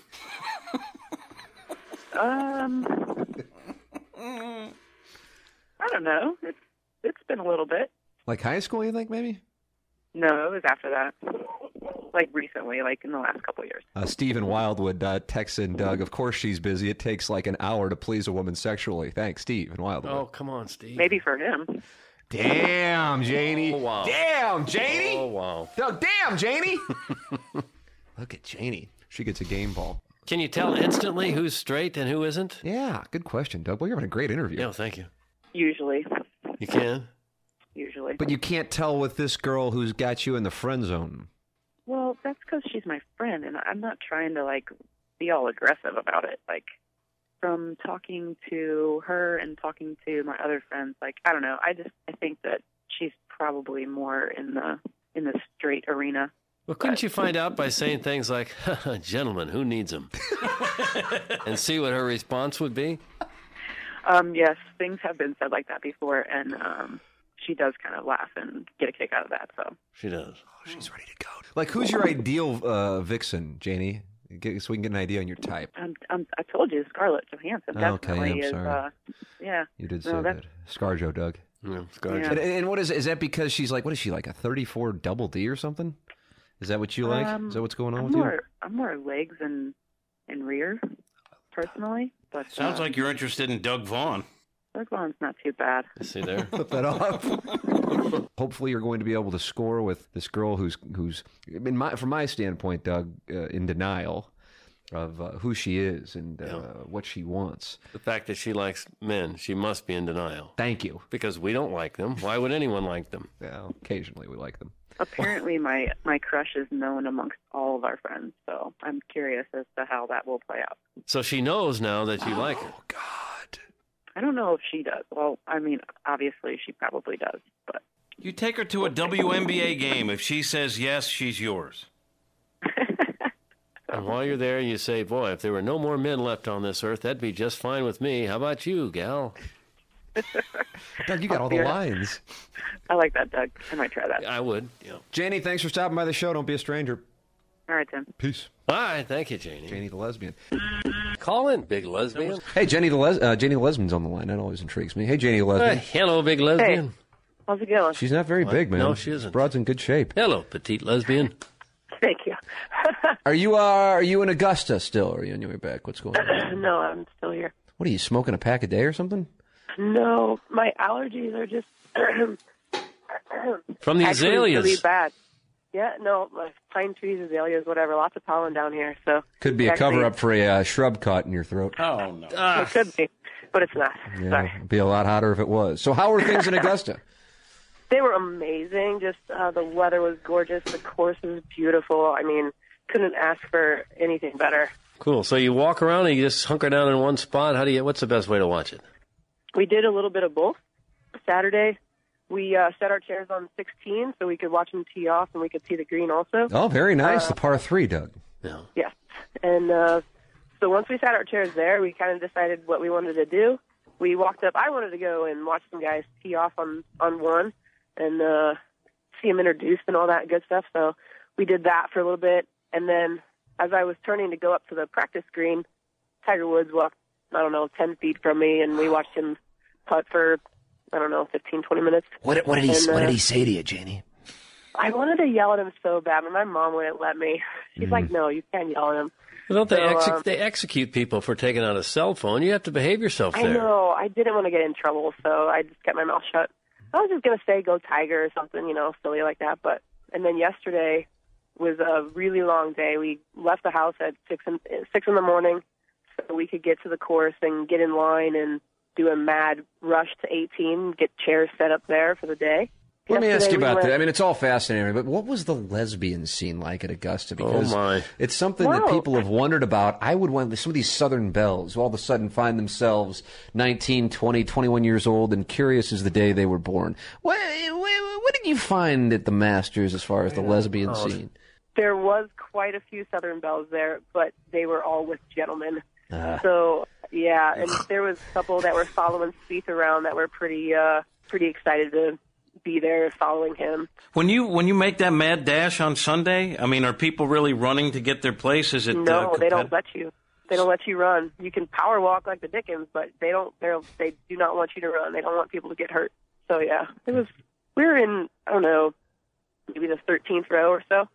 [laughs]
Um, I don't know. It's it's been a little bit.
Like high school, you think maybe?
No, it was after that. Like recently, like in the last couple of years.
Uh, Stephen Wildwood uh, texts in Doug. Of course, she's busy. It takes like an hour to please a woman sexually. Thanks, Steve and Wildwood.
Oh, come on, Steve.
Maybe for him.
Damn, Janie.
Oh, wow.
Damn, Janie.
Oh, wow.
Doug, damn, Janie. [laughs] Look at Janie. She gets a game ball.
Can you tell instantly who's straight and who isn't?
Yeah, good question, Doug. Well, you're having a great interview.
No, thank you.
Usually,
You can.
usually.
But you can't tell with this girl who's got you in the friend zone.
Well, that's because she's my friend, and I'm not trying to like be all aggressive about it.
[laughs]
Like from talking to her and talking to my other friends, like I don't know. I just I think that she's probably more in the in the straight arena.
Well, couldn't you find out by saying things like, gentlemen, who needs them? and see what her response would be?
Um, yes, things have been said like that before, and um, she does kind of laugh and get a kick out of that. So
She does.
Oh, she's ready to go. Like, who's your ideal uh, vixen, Janie? Get, so we can get an idea on your type.
I'm, I'm, Um, I told you, Scarlett Johansson
Okay,
definitely
I'm
is.
sorry.
Uh, yeah,
You did say
no, that's
that. Scarjo, Doug.
Yeah,
Yeah.
And, and what is Is that because she's like, what is she, like a 34 double D or something? Is that what you like?
Um,
is that what's going on
I'm
with
more, I'm more legs and and rear, personally. But
Sounds
uh,
like you're interested in Doug Vaughn.
Doug Vaughn's not too bad.
See there?
you? Flip
[laughs]
that off. Hopefully, you're going to be able to score with this girl who's, who's I mean, my, from my standpoint, Doug, uh, in denial of uh, who she is and uh, what she wants.
The fact that she likes men, she must be in denial.
Thank you.
Because we don't like them. Why would anyone like them?
Yeah, occasionally we like them.
Apparently, my my crush is known amongst all of our friends, so I'm curious as to how that will play out.
So she knows now that you like her.
I don't know if she does. Well, I mean, obviously she probably does, but
You take her to a WNBA game. If she says yes, she's yours.
And while you're there, you say, Boy, if there were no more men left on this earth, that'd be just fine with me. How about you,
[laughs]
gal?
Doug, you got all the lines.
I like that, Doug. I might try that.
I would. Yeah.
Janie, thanks for stopping by the show. Don't be a stranger.
All right, Tim.
Peace.
All right. Thank you, Janie.
Janie the lesbian.
Call in, big lesbian.
Hey, Jenny the Les- uh, Jenny the lesbian's on the line. That always intrigues me. Hey, Jenny the
Hey,
lesbian.
hello, big lesbian.
How's it going?
She's not very
What?
big, man.
No, she isn't.
Broad's in good shape.
Hello, petite lesbian.
Thank you.
[laughs] Are you uh, are you in Augusta still? Or are you on your way back? What's going
[laughs]
on?
no, I'm still here.
What are you smoking a pack a day or something?
No, my allergies are just
From
[clears throat]
the
Actually,
azaleas.
Really bad. Yeah, no, like pine trees, azaleas, whatever. Lots of pollen down here, so
Could be
It
a
actually-
cover up for a uh, shrub caught in your throat.
Oh no,
It could be, but it's not.
Yeah, it'd be a lot hotter if it was. So, how are things
[laughs]
in Augusta?
They were amazing. Just uh, the weather was gorgeous. The course was beautiful. I mean, couldn't ask for anything better.
Cool. So you walk around and you just hunker down in one spot. How do you? What's the best way to watch it?
We did a little bit of both. Saturday, we uh, set our chairs on 16 so we could watch them tee off and we could see the green also.
Oh, very nice.
Uh,
the par three, Doug.
Yes. And uh, so once we sat our chairs there, we kind of decided what we wanted to do. We walked up. I wanted to go and watch some guys tee off on on one and uh, see them introduced and all that good stuff. So we did that for a little bit, and then as I was turning to go up to the practice green, Tiger Woods walked, I don't know, 10 feet from me, and we watched him putt for, I don't know, 15, 20 minutes.
What, what did he
And,
What
uh,
did he say to you, Janie?
I wanted to yell at him so bad, but my mom wouldn't let me. She's like, no, you can't yell at him.
Mm-hmm. Well, don't they,
So,
exe-
um,
they execute people for taking out a cell phone? You have to behave yourself
I
there.
know. I didn't want to get in trouble, so I just kept my mouth shut. I was just gonna say go Tiger or something, you know, silly like that. But and then yesterday was a really long day. We left the house at six in, six in the morning so we could get to the course and get in line and do a mad rush to 18, get chairs set up there for the day.
Let me ask
Yesterday
you
we
about
went-
that. I mean, it's all fascinating, but what was the lesbian scene like at Augusta? Because
my.
it's something that
Oh, Wow.
people have wondered about. I would want some of these Southern belles who all of a sudden find themselves 19, 20, 21 years old and curious as the day they were born. What, what, what did you find at the Masters as far as the lesbian
Oh.
scene?
There was quite a few Southern belles there, but they were all with gentlemen.
Ah.
So yeah, and there was a couple that were following Spieth around that were pretty uh, pretty excited to be there following him.
When you when you make that mad dash on Sunday, I mean, are people really running to get their place? Is it
no,
uh,
they don't
competi-
let you. They don't let you run. You can power walk like the Dickens, but they don't. They don't- they do not want you to run. They don't want people to get hurt. So yeah, it was. We were in I don't know, maybe the 13th row or so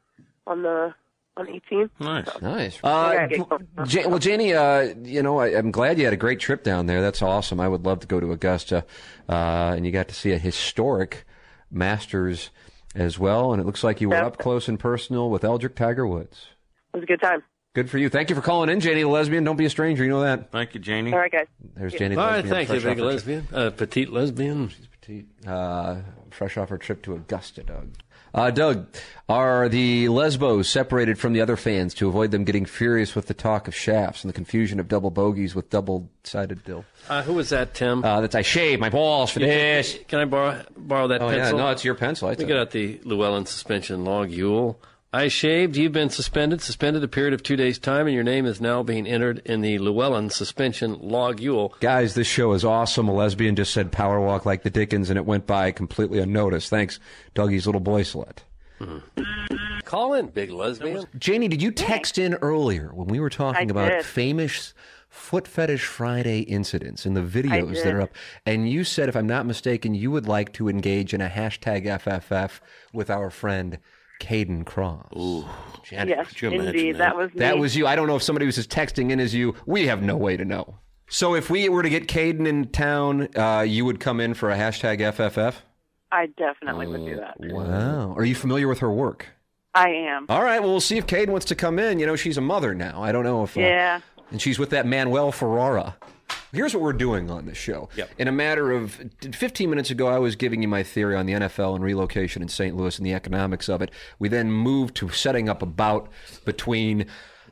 on the on 18.
Nice,
nice.
Yeah,
Uh,
get comfortable.
Ja- well, Janie, uh, you know, I, I'm glad you had a great trip down there. That's awesome. I would love to go to Augusta, uh, and you got to see a historic Masters as well. And it looks like you were up close and personal with Eldrick Tiger Woods.
It was a good time.
Good for you. Thank you for calling in, Janie the lesbian. Don't be a stranger. You know that.
Thank you, Janie.
All right, guys.
There's Janie. the
All right,
lesbian,
thank you,
fresh
big
off her
lesbian, uh, petite lesbian. She's
petite. Uh, fresh off her trip to Augusta, Doug. Uh, Doug, are the lesbos separated from the other fans to avoid them getting furious with the talk of shafts and the confusion of double bogeys with double-sided dill?
Uh, who was that, Tim?
Uh, that's I shave my balls for this.
Can I borrow borrow that
Oh, yeah.
pencil?
No, it's your pencil. I
Let me
took
get
it.
out the Llewellyn suspension log, Yule. I shaved. You've been suspended. Suspended a period of two days' time, and your name is now being entered in the Llewellyn suspension log, Yule.
Guys, this show is awesome. A lesbian just said power walk like the Dickens, and it went by completely unnoticed. Thanks, Dougie's little boy slut.
Call in, big lesbian.
Janie, did you text in earlier when we were talking
I
about
did.
famous Foot Fetish Friday incidents and the
I
videos that
did.
are up? And you said, if I'm not mistaken, you would like to engage in a hashtag FFF with our friend Caden Cross. Ooh,
Yes, indeed, that was me.
that was you. I don't know if somebody was as texting in as you. We have no way to know. So if we were to get Caden in town, uh, you would come in for a hashtag FFF.
I definitely would do that.
Wow. Are you familiar with her work?
I am.
All right. Well, we'll see if Caden wants to come in. You know, she's a mother now. I don't know if. uh,
Yeah.
and she's with that Manuel Ferrara. Here's what we're doing on this show. In a matter of 15 minutes ago, I was giving you my theory on the NFL and relocation in St. Louis and the economics of it. We then moved to setting up a bout between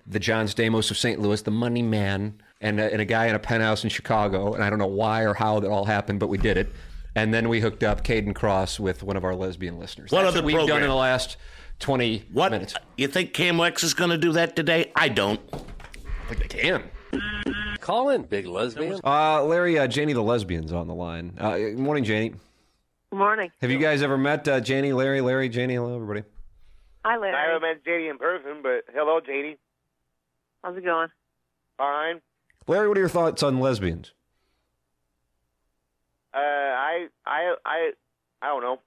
the John Stamos of St. Louis, the money man, and a, and a guy in a penthouse in Chicago. And I don't know why or how that all happened, but we did it. And then we hooked up Caden Cross with one of our lesbian listeners.
One
That's
other
what we've done
program.
in the last 20
What? You think Cam Lex is going to do that today? I don't.
Like they can.
Call in, big lesbian.
Uh, Larry, uh, Janie the lesbian's on the line. Uh, good morning, Janie.
Good morning.
Have you guys ever met uh, Janie, Larry, Larry, Janie? Hello, everybody.
Hi, Larry.
I haven't met Janie in person, but hello, Janie.
How's it going?
Fine.
Larry, what are your thoughts on lesbians?
Uh, I, I, I, I don't know.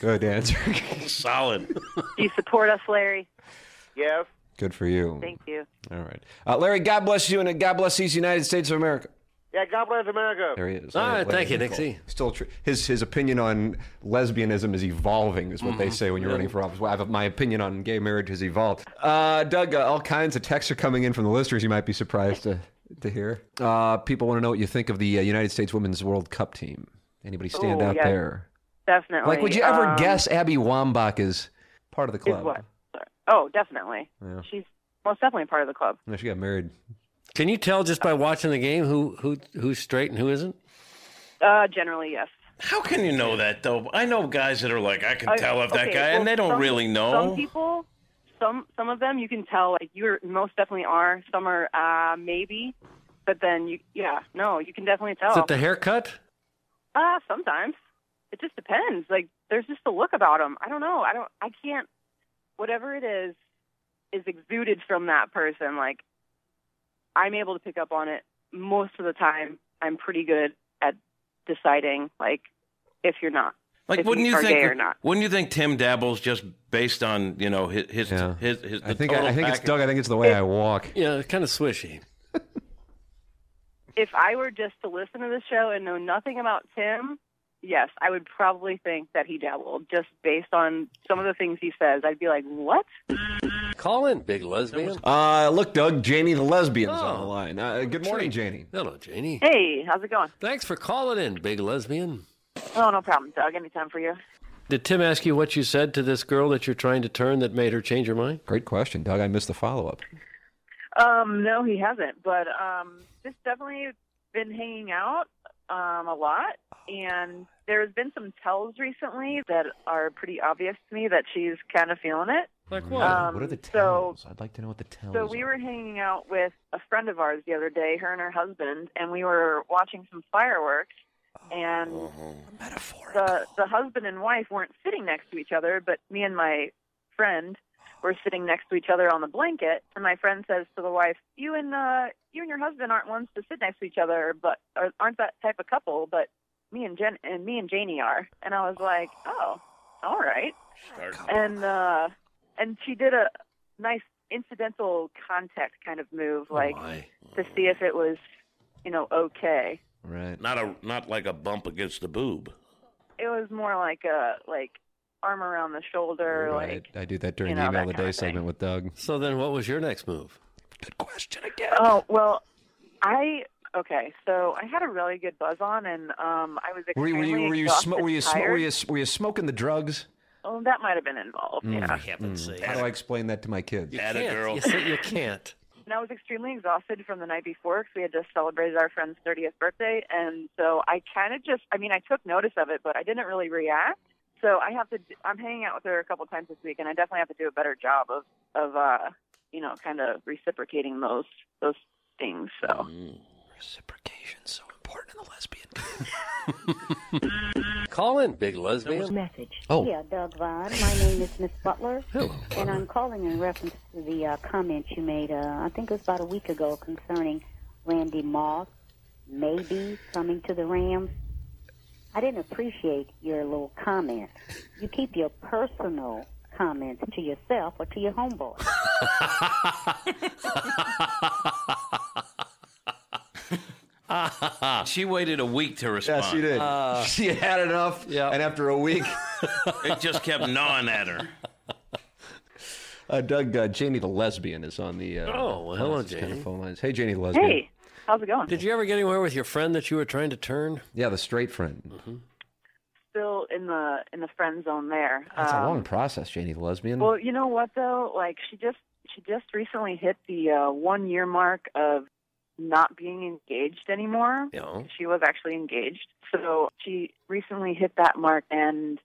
Good answer. [laughs]
solid.
Do you support us, Larry?
Yes.
good for you.
Thank you.
All right. Uh, Larry, God bless you, and God bless these United States of America.
Yeah. God bless America.
There he is.
All right,
Larry
thank you,
Nickel.
Nixie.
Still, tr- his his opinion on lesbianism is evolving, is what
Mm-hmm.
they say when you're running for office. Well, I have, my opinion on gay marriage has evolved. Uh, Doug, uh, all kinds of texts are coming in from the listeners. You might be surprised to to hear. Uh, people want to know what you think of the uh, United States Women's World Cup team. Anybody stand
Ooh,
out
yes.
there?
Definitely.
Like, would you ever
Um,
guess Abby Wambach is part of the
Is
club?
what? Oh, definitely.
Yeah.
She's most definitely part of the club.
No, she got married.
Can you tell just by watching the game who who who's straight and who isn't?
Uh, generally, yes.
How can you know that though? I know guys that are like, I can
I-
tell if that
okay,
guy,
well,
and they don't
some-
really
Some
know.
people, some some of them, you can tell. Like you most definitely are. Some are uh, maybe, but then you, yeah, no, you can definitely tell.
Is it the haircut?
Ah,
Uh, sometimes it just depends. Like there's just a look about them. I don't know. I don't. I can't. Whatever it is,
is exuded from that person. Like I'm able to pick up on it most of the time. I'm pretty good at deciding like if you're not.
Like,
if
wouldn't you
are
think?
gay or not.
Wouldn't you think Tim dabbles just based on you know his his his, his the
I think
total
I, think it's
package?
Doug. I think it's the way I walk.
Yeah, kind of swishy.
If I were just to listen to the show and know nothing about Tim, yes, I would probably think that he dabbled just based on some of the things he says. I'd be like,
[laughs]
"What?"
Call in, big lesbian. Oh.
Uh, look, Doug, Janie the lesbian's on the line. Uh, good morning, Janie.
Hello, Janie.
Hey, how's it going?
Thanks for calling in, big lesbian.
Oh, no problem, Doug. Anytime for you.
Did Tim ask you what you said to this girl that you're trying to turn that made her change her mind?
Great question, Doug. I missed the follow up.
Um, no, he hasn't. But um, just definitely been hanging out um, a lot, and there's been some tells recently that are pretty obvious to me that she's kind of feeling it.
Like
what?
Um,
what are the
so
tells? I'd like to know what the tells.
So we were hanging out with a friend of ours the other day, her and her husband, and we were watching some fireworks. And
Uh-huh.
Uh-huh. the the husband and wife weren't sitting next to each other, but me and my friend were sitting next to each other on the blanket. And my friend says to the wife, "You and uh, you and your husband aren't ones to sit next to each other, but or aren't that type of couple. But me and Jen and me and Janie are." And I was like, "Oh, all right." and uh and she did a nice incidental contact kind of move like to see if it was you know okay
Right.
Not a not like a bump against the boob.
it was more like a like arm around the shoulder like
I do that during
You know,
the email
that
the day segment with Doug.
So then, what was your next move?
oh well i okay so i had a really good buzz on and um i was
Were you were
extremely
you were you,
exhausted,
smo- were, you smo-
tired.
were you were you smoking the drugs?
oh that might have been involved yeah
mm. How do I explain that to my kids?
You Atta can't. girl. You
said you can't.
And I was extremely exhausted from the night before because we had just celebrated our friend's 30th birthday. And so I kind of just, I mean, I took notice of it, but I didn't really react. So I have to, I'm hanging out with her a couple times this week, and I definitely have to do a better job of, of, uh, you know, kind of reciprocating those, those things. So
Mm.
Reciprocation's so important in the lesbian. [laughs] Call in, big lesbian.
Message.
Oh.
[laughs]
Yeah, Doug Vaughn. My name is Miss Butler.
Hello.
And I'm calling in reference to the uh, comment you made, uh, I think it was about a week ago, concerning Randy Moss maybe coming to the Rams. I didn't appreciate your little comment. You keep your personal comments to yourself or to your homeboy.
[laughs] she waited a week to respond.
[laughs] Yes, she did.
Uh,
[laughs] she had enough. Yeah. And after a week,
[laughs] it just kept gnawing at her.
uh, Doug, uh, Janie the lesbian is on the. Uh,
Oh, well, hello,
lines, kind of
Janie.
Phone lines. Hey, Janie the lesbian.
hey, how's it going?
Did you ever get anywhere with your friend that you were trying to turn? Mm-hmm.
Yeah, the straight friend.
Still in the, in the friend zone there.
That's
Um,
a long process, Janie the lesbian.
Well, you know what though? Like she just she just recently hit the uh, one year mark of not being engaged anymore.
Oh.
Yeah.
She was actually engaged, so she recently hit that mark, and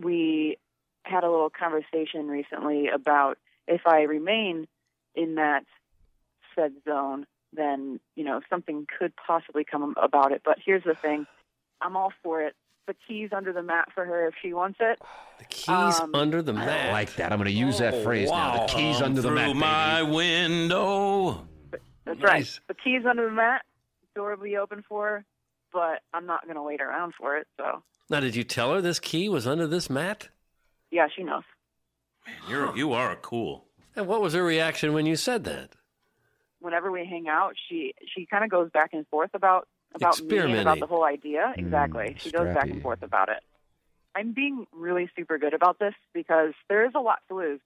we had a little conversation recently about if I remain in that said zone, then you know something could possibly come about it. But here's the thing: I'm all for it. The keys under the mat for her if she wants it. The
keys
Um,
under the
I
mat.
like that. I'm going to use that phrase now. The keys
Come
under the
Oh, through my
mat.
window.
That's
Nice.
right. The key's under the mat. Door will be open for her, but I'm not going to wait around for it. So,
Now, did you tell her this key was under this mat?
yeah, she knows.
You're you are cool.
And what was her reaction when you said that?
Whenever we hang out, she she kind of goes back and forth about about me and about
Experimenting.
the whole idea. Exactly. she goes back
scrappy.
and forth about it. I'm being really super good about this because there is a lot to lose.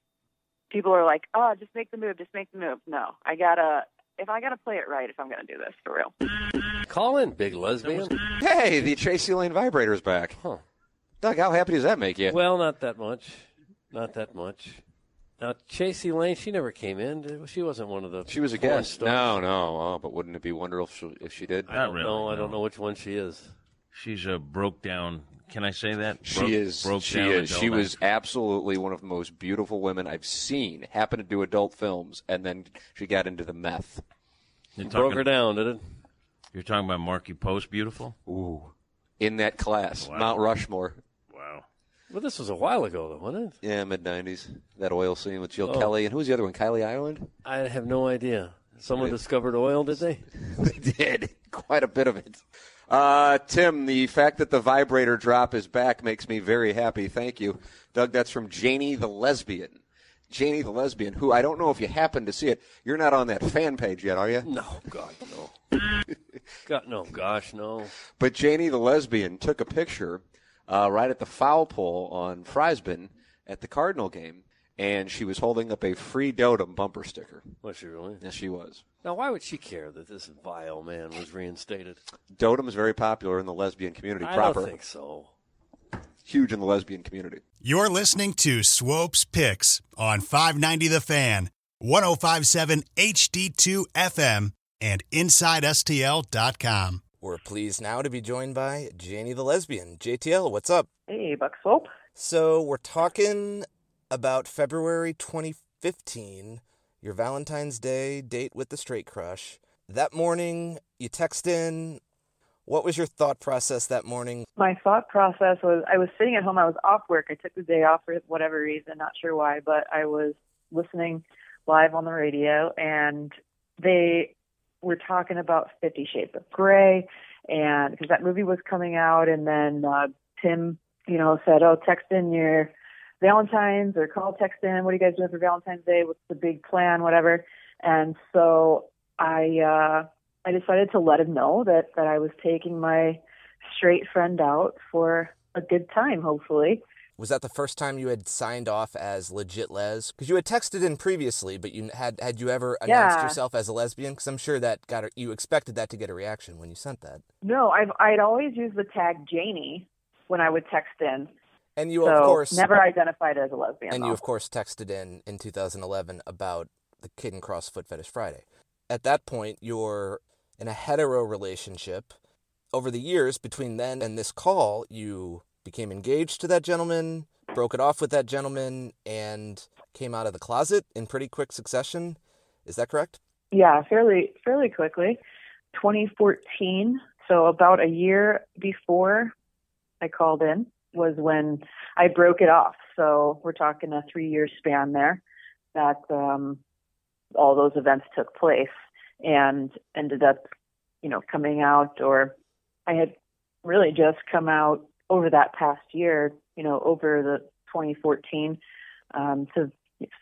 People are like, "Oh, just make the move, just make the move." No, I gotta. If I gotta play it right, if I'm gonna do this for real.
Call in, big lesbian.
Hey, the Tracy Lane vibrator's back.
Huh.
Doug, how happy does that make you?
Well, not that much. Not that much. Now, Chasey Lane, she never came in. did- She wasn't one of the.
she was a
porn
guest.
stars.
No, no. Oh, but wouldn't it be wonderful if she, if she did?
I don't know. I don't know which one she is.
She's a broke down. Can I say that?
She
Broke-
is.
Broke
she
down
is. She
adult
was absolutely one of the most beautiful women I've seen. Happen to do adult films, and then she got into the meth.
You're
Broke her down, did it?
You're talking about Marky Post, beautiful.
Ooh, in that class, Mount Rushmore.
Wow.
Well, this was a while ago, though, wasn't it?
Yeah, mid '90s. That oil scene with Jill Kelly and who's the other one? Kylie Ireland.
I have no idea. Someone discovered oil, did they?
[laughs] they did quite a bit of it. Uh, Tim, the fact that the vibrator drop is back makes me very happy. Thank you, Doug. That's from Janie the lesbian. Janie the lesbian, who I don't know if you happen to see it. You're not on that fan page yet, are you?
Oh,
No, God, no. [laughs] God, no, gosh, no.
But Janie the lesbian took a picture uh, right at the foul pole on Friesman at the Cardinal game, and she was holding up a free Dotem bumper sticker.
Was she really?
Yes, she was.
Now, why would she care that this vile man was reinstated?
Dotem is very popular in the lesbian community
I
proper.
don't think so.
Huge in the lesbian community.
You're listening to Swope's Picks on 590 The Fan, 1057 HD2 FM, and InsideSTL.com.
We're pleased now to be joined by Janie the Lesbian. JTL, what's up?
Hey, Buck Swope.
So, we're talking about February 2015, your Valentine's Day date with the straight crush. That morning, you text in. What was your thought process that morning?
My thought process was I was sitting at home. I was off work. I took the day off for whatever reason, not sure why, but I was listening live on the radio and they were talking about Fifty Shades of Grey and because that movie was coming out and then uh, Tim, you know, said, oh, text in your Valentine's or call text in. What are you guys doing for Valentine's Day? What's the big plan? Whatever. And so I uh, I decided to let him know that that I was taking my straight friend out for a good time, hopefully.
Was that the first time you had signed off as legit les? Because you had texted in previously, but you had had you ever announced
Yeah.
yourself as a lesbian? Because I'm sure that got a, you expected that to get a reaction when you sent that.
No, I've I'd always use the tag Janie when I would text in.
And you
so
of course
never identified as a lesbian.
And you
though.
of course texted in in 2011 about the Kid and Cross Foot Fetish Friday. At that point, you're in a hetero relationship. Over the years between then and this call, you became engaged to that gentleman, broke it off with that gentleman, and came out of the closet in pretty quick succession. Is that correct?
Yeah, fairly fairly quickly. 2014, so about a year before I called in was when I broke it off. So we're talking a three year span there that um, all those events took place and ended up, you know, coming out or I had really just come out over that past year, you know, over the 2014 um, to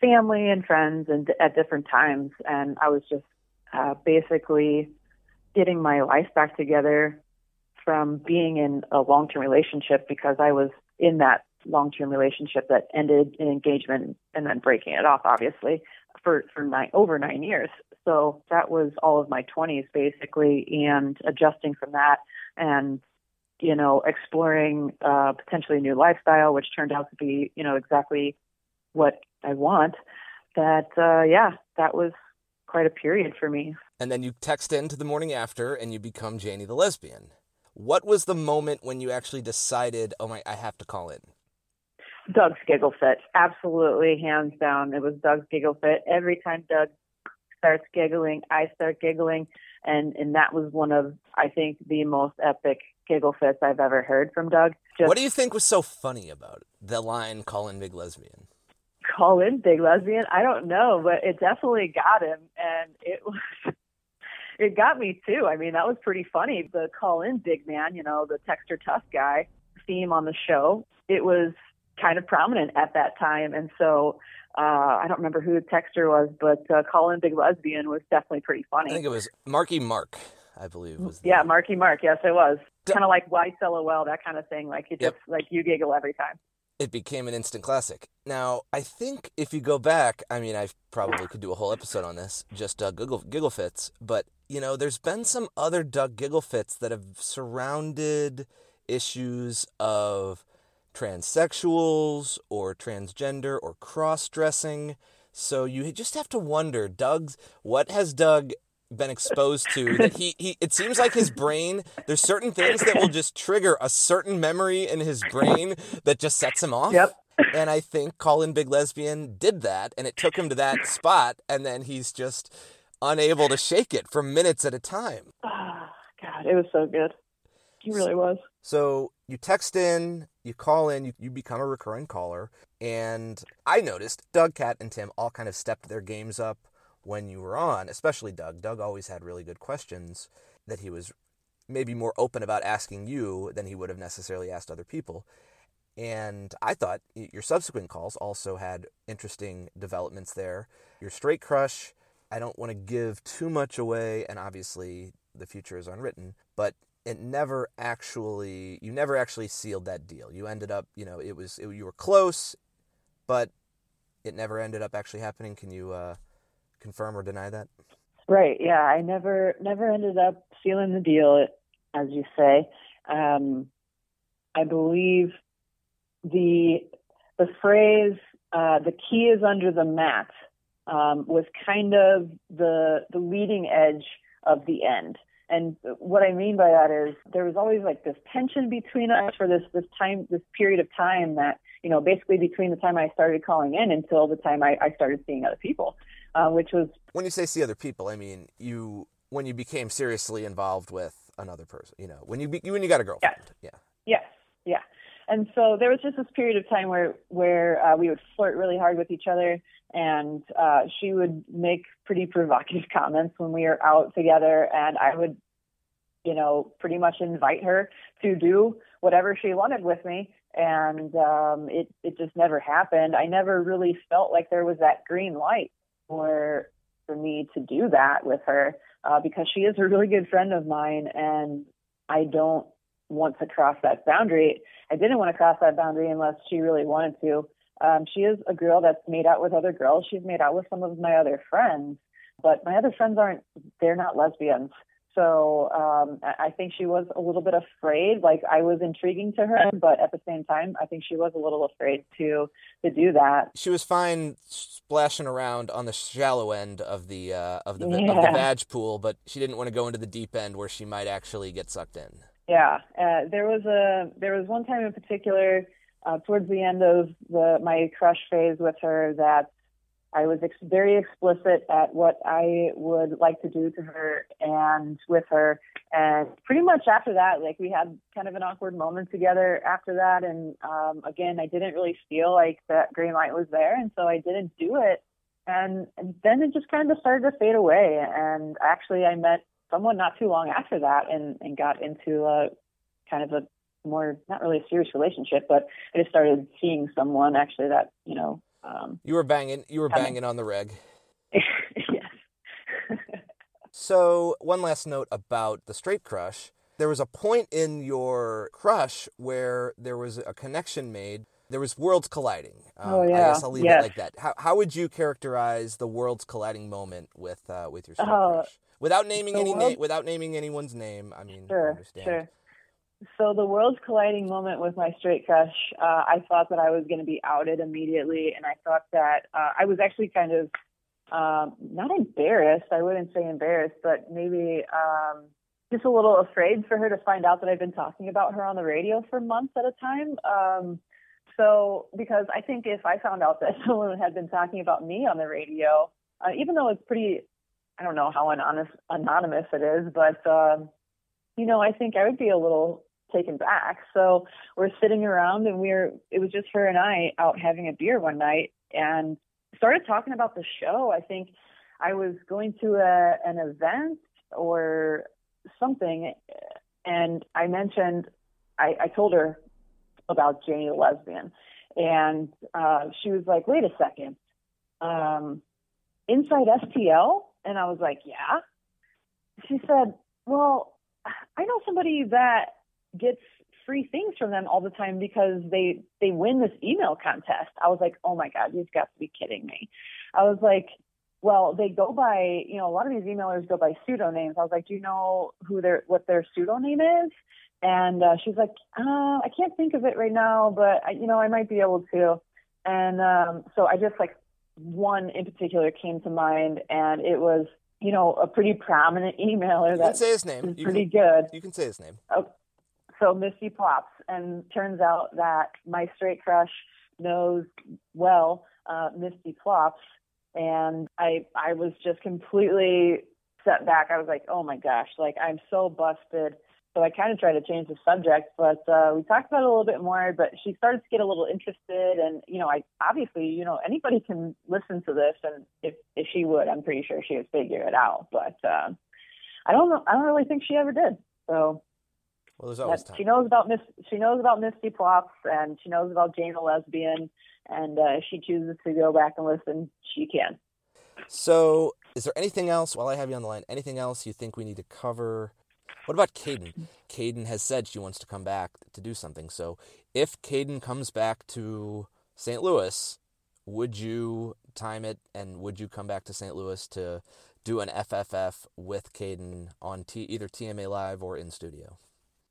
family and friends and at different times. And I was just uh, basically getting my life back together from being in a long term relationship because I was in that long term relationship that ended in engagement and then breaking it off, obviously, for, for nine, over nine years. So that was all of my 20s basically, and adjusting from that and you know, exploring uh, potentially a new lifestyle, which turned out to be, you know, exactly what I want. That, uh, yeah, that was quite a period for me.
And then you text in to the morning after and you become Janie the lesbian. What was the moment when you actually decided, oh my, I have to call in?
Doug's giggle fit, absolutely, hands down. It was Doug's giggle fit. Every time Doug starts giggling, I start giggling, and and that was one of I think the most epic giggle fits I've ever heard from Doug. Just
what do you think was so funny about it? The line, call in big lesbian.
call in big lesbian? I don't know, but it definitely got him, and it [laughs] was. It got me too. I mean, that was pretty funny. The call in big man, you know, the texter tough guy theme on the show. It was kind of prominent at that time, and so uh, I don't remember who the texter was, but uh, call in big lesbian was definitely pretty funny.
I think it was Marky Mark, I believe. Was
yeah, Marky Mark. Yes, it was kind of like whites LOL, that kind of thing. Like you just like you giggle every time.
it became an instant classic. Now, I think if you go back, I mean, I probably could do a whole episode on this, just Doug Giggle, giggle Fits, but, you know, there's been some other Doug Giggle Fits that have surrounded issues of transsexuals or transgender or cross dressing. So you just have to wonder, Doug's, what has Doug been exposed to that he, he it seems like his brain there's certain things that will just trigger a certain memory in his brain that just sets him off yep and i think colin big lesbian did that and it took him to that spot and then he's just unable to shake it for minutes at a time
God, it was so good. He really was.
so you text in, you call in, you, you become a recurring caller. And I noticed Doug, Kat, and Tim all kind of stepped their games up when you were on, especially Doug. Doug always had really good questions that he was maybe more open about asking you than he would have necessarily asked other people. And I thought y- your subsequent calls also had interesting developments there. Your straight crush, I don't want to give too much away, and obviously the future is unwritten, but it never actually, you never actually sealed that deal. You ended up, you know, it was, it, you were close, but it never ended up actually happening. Can you uh, confirm or deny that?
Right. Yeah. I never, never ended up sealing the deal, as you say. Um, I believe the the phrase uh, "the key is under the mat" um, was kind of the the leading edge of the end. And what I mean by that is there was always like this tension between us for this this time this period of time that you know basically between the time I started calling in until the time I, I started seeing other people, uh, which was
When you say see other people, I mean you when you became seriously involved with another person. You know, when you be, when you got a girlfriend. Yeah.
Yes, yeah. And so there was just this period of time where where uh, we would flirt really hard with each other, and uh, she would make pretty provocative [laughs] comments when we were out together, and I would, you know, pretty much invite her to do whatever she wanted with me, and um, it it just never happened. I never really felt like there was that green light for for me to do that with her uh, because she is a really good friend of mine, and I don't want to cross that boundary. I didn't want to cross that boundary unless she really wanted to. Um, she is a girl that's made out with other girls. She's made out with some of my other friends, but my other friends aren't, they're not lesbians. So um, I I think she was a little bit afraid. Like I was intriguing to her, but at the same time, I think she was a little afraid to to do that.
She was fine splashing around on the shallow end of the uh, of the of the
Yeah.
vag pool, but she didn't want to go into the deep end where she might actually get sucked in.
Yeah, uh, there was a there was one time in particular uh, towards the end of the my crush phase with her that I was ex- very explicit at what I would like to do to her and with her, and pretty much after that, like we had kind of an awkward moment together after that, and um, again, I didn't really feel like that green light was there, and so I didn't do it, and, and then it just kind of started to fade away, and actually, I met someone not too long after that and, and got into a kind of a more not really a serious relationship, but I just started seeing someone actually that, you know, um,
You were banging. You were banging on the reg.
[laughs]
so one last note about the straight crush. There was a point in your crush where there was a connection made. There was worlds colliding. Um,
Oh,
I
yeah.
guess I'll leave it
Yes.
like that. How, how would you characterize the worlds colliding moment with uh, with your straight
Oh.
crush? Without naming
The
any na-
world-
without naming anyone's name, I mean, I
sure,
understand.
sure. So the world's colliding moment with my straight crush, uh, I thought that I was going to be outed immediately, and I thought that uh, I was actually kind of um, not embarrassed. I wouldn't say embarrassed, but maybe um, just a little afraid for her to find out that I've been talking about her on the radio for months at a time. Um, so, because I think if I found out that [laughs] someone had been talking about me on the radio, uh, even though it's pretty, I don't know how anonymous, anonymous it is, but, um, you know, I think I would be a little taken back. So we're sitting around and we're, it was just her and I out having a beer one night and started talking about the show. I think I was going to a, an event or something, and I mentioned, I, I told her about Janie the Lesbian, and uh, she was like, wait a second, um, Inside STL? And I was like, yeah. She said, well, I know somebody that gets free things from them all the time because they they win this email contest. I was like, "Oh my god, you've got to be kidding me." I was like, "Well, they go by, you know, a lot of these emailers go by pseudonames." I was like, "Do you know who their what their pseudonym is?" And uh, she's like, uh, "I can't think of it right now, but I, you know, I might be able to." And um, so I just like one in particular came to mind, and it was you know a pretty prominent [laughs] emailer
You can
That's
say his name.
is
You
pretty
can,
good.
You can say his name.
Oh, so Misty Plops, and turns out that my straight crush knows well uh, Misty Plops, and I I was just completely set back. I was like, oh my gosh, like I'm so busted. So I kind of tried to change the subject, but uh, we talked about it a little bit more. But she started to get a little interested, and you know, I obviously, you know, anybody can listen to this, and if if she would, I'm pretty sure she would figure it out. But uh, I don't know. I don't really think she ever did. So
Well, there's always
that-
time.
She knows about Miss. She knows about Misty Plops, and she knows about Jane the lesbian. And uh, if she chooses to go back and listen, she can.
So, is there anything else while I have you on the line? Anything else you think we need to cover? What about Caden? Caden has said she wants to come back to do something. So, if Caden comes back to St. Louis, would you time it and would you come back to St. Louis to do an FFF with Caden on T- either TMA Live or in studio?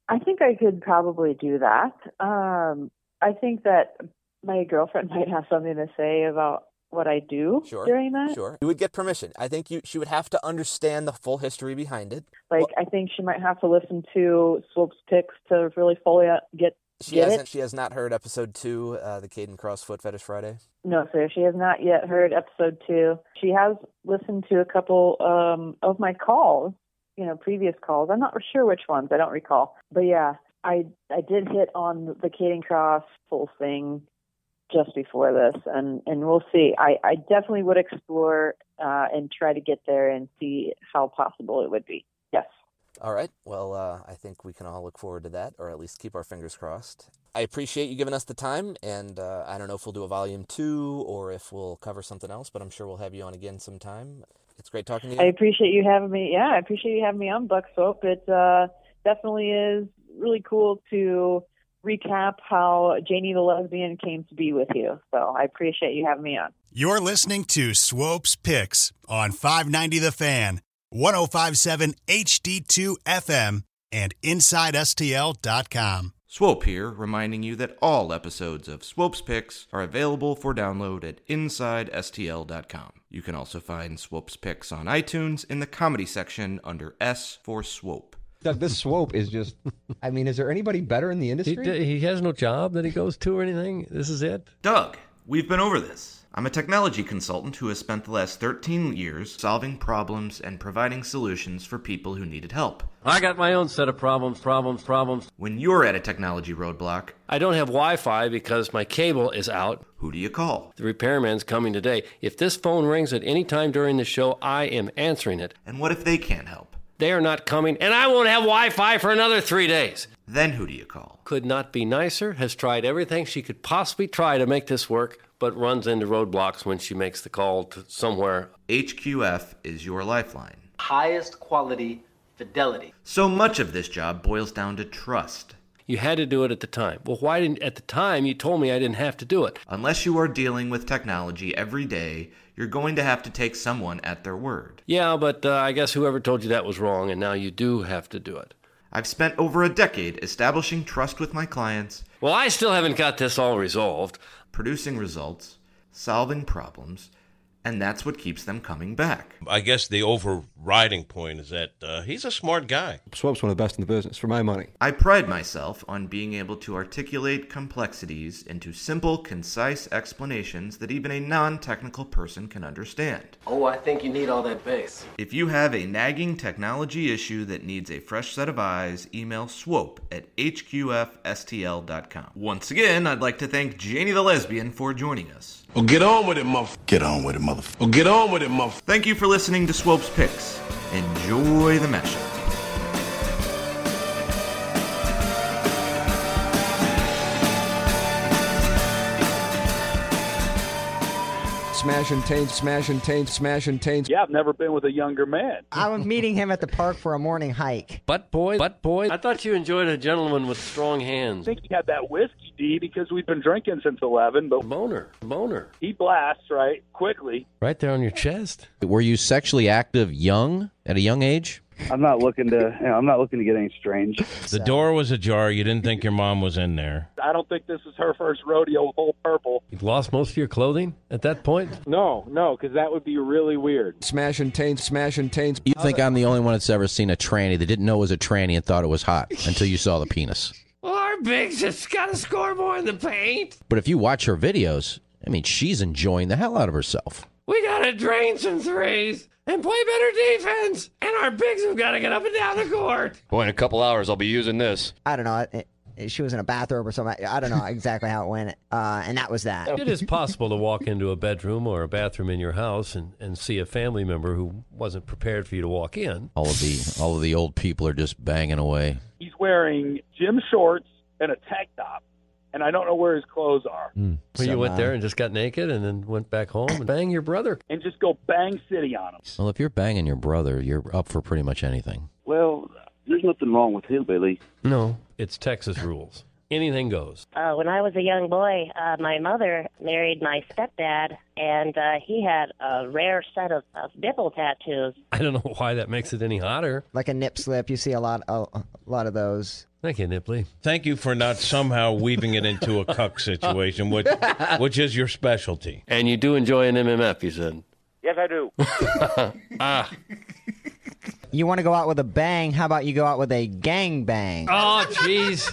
I think I could probably do that. Um, I think that my girlfriend [laughs] might have something to say about what I do
Sure.
during that.
Sure. You would get permission. I think you she would have to understand the full history behind it.
Like, I think she might have to listen to Swope's picks to really fully uh, get
She
get
hasn't.
it.
She has not heard episode two, uh, the Caden Cross Foot Fetish Friday.
No, sir. She has not yet heard episode two. She has listened to a couple um, of my calls, you know, previous calls. I'm not sure which ones. I don't recall. But yeah, I I did hit on the Caden Cross full thing just before this, and and we'll see. I I definitely would explore uh, and try to get there and see how possible it would be. Yes.
All right. Well, uh, I think we can all look forward to that, or at least keep our fingers crossed. I appreciate you giving us the time, and uh, I don't know if we'll do a volume two or if we'll cover something else, but I'm sure we'll have you on again sometime. It's great talking to you.
I appreciate you having me. Yeah, I appreciate you having me on Buck Soap. It uh, definitely is really cool to recap how Janie the lesbian came to be with you. So I appreciate you having me on.
You're listening to Swope's Picks on 590 The Fan, 1057 HD2 FM, and InsideSTL.com.
Swope here, reminding you that all episodes of Swope's Picks are available for download at InsideSTL.com. You can also find Swope's Picks on iTunes in the comedy section under S for Swope.
Doug, this swope is just. [laughs] I mean, is there anybody better in the
He,
industry?
d- he has no job that he goes to or anything. This is it.
Doug, we've been over this. I'm a technology consultant who has spent the last 13 years solving problems and providing solutions for people who needed help.
I got my own set of problems, problems, problems.
When you're at a technology roadblock,
I don't have Wi Fi because my cable is out.
Who do you call?
The repairman's coming today. If this phone rings at any time during the show, I am answering it.
And what if they can't help?
They are not coming, and I won't have Wi Fi for another three days.
Then who do you call?
Could not be nicer, has tried everything she could possibly try to make this work, but runs into roadblocks when she makes the call to somewhere.
HQF is your lifeline.
highest quality fidelity.
So much of this job boils down to trust.
You had to do it at the time. Well, why didn't at the time you told me I didn't have to do it?
Unless you are dealing with technology every day, you're going to have to take someone at their word.
Yeah, but uh, I guess whoever told you that was wrong, and now you do have to do it.
I've spent over a decade establishing trust with my clients,
Well, I still haven't got this all resolved.
producing results, solving problems, and that's what keeps them coming back.
I guess the overriding point is that uh, he's a smart guy.
Swope's one of the best in the business, for my money. I pride myself on being able to articulate complexities into simple, concise explanations that even a non technical person can understand.
Oh, I think you need all that bass.
If you have a nagging technology issue that needs a fresh set of eyes, email swope at hqfstl.com. Once again, I'd like to thank Janie the Lesbian for joining us.
Oh, get on with it, motherfucker. Get on with it, motherfucker. Oh, get on with it, motherfucker.
Thank you for listening to Swope's Picks. Enjoy the mashup.
Smash and taint, smash and taint, smash and taint.
Yeah, I've never been with a younger man.
I was meeting him at the park for a morning hike.
Butt boy, butt boy. I thought you enjoyed a gentleman with strong
I
hands.
think he had that whiskey, D, because we've been drinking since 11, but.
Boner, boner.
He blasts, right? Quickly.
Right there on your chest.
Were you sexually active young at a young age?
I'm not looking to. You know, I'm not looking to get any strange.
The door was ajar. You didn't think your mom was in there.
I don't think this is her first rodeo with old purple.
You've lost most of your clothing at that point?
No, no, because that would be really weird.
Smash and taint, smash and taint.
You think I'm the only one that's ever seen a tranny that didn't know it was a tranny and thought it was [laughs] hot until you saw the penis.
Well, our Biggs has got to score more in the paint.
But if you watch her videos, I mean, she's enjoying the hell out of herself.
We gotta drain some threes and play better defense. And our bigs have gotta get up and down the court.
Boy, in a couple hours, I'll be using this.
I don't know. It, it, she was in a bathrobe or something. I don't know exactly how it went. Uh, and that was that.
It is possible to walk into a bedroom or a bathroom in your house and, and see a family member who wasn't prepared for you to walk in.
All of the all of the old people are just banging away.
He's wearing gym shorts and a tank top, and I don't know where his clothes are.
Well, Hmm. you
Some,
went
uh,
there and just got naked and then went back home and bang your brother.
And just go bang city on him.
Well, if you're banging your brother, you're up for pretty much anything.
Well,
There's nothing wrong with hillbilly.
no, it's Texas rules. Anything goes.
Uh, when I was a young boy, uh, my mother married my stepdad, and uh, he had a rare set of, of nipple tattoos.
I don't know why that
[laughs]
makes it any hotter.
Like a nip slip, you see a lot, a, a lot of those.
Thank you, Nipley.
Thank you for not somehow weaving it into
[laughs]
a cuck situation, which which is your specialty.
And you do enjoy an MMF, you said.
Yes, I do.
ah.
You want to go out with a bang? How about you go out with a gang bang?
Oh, jeez.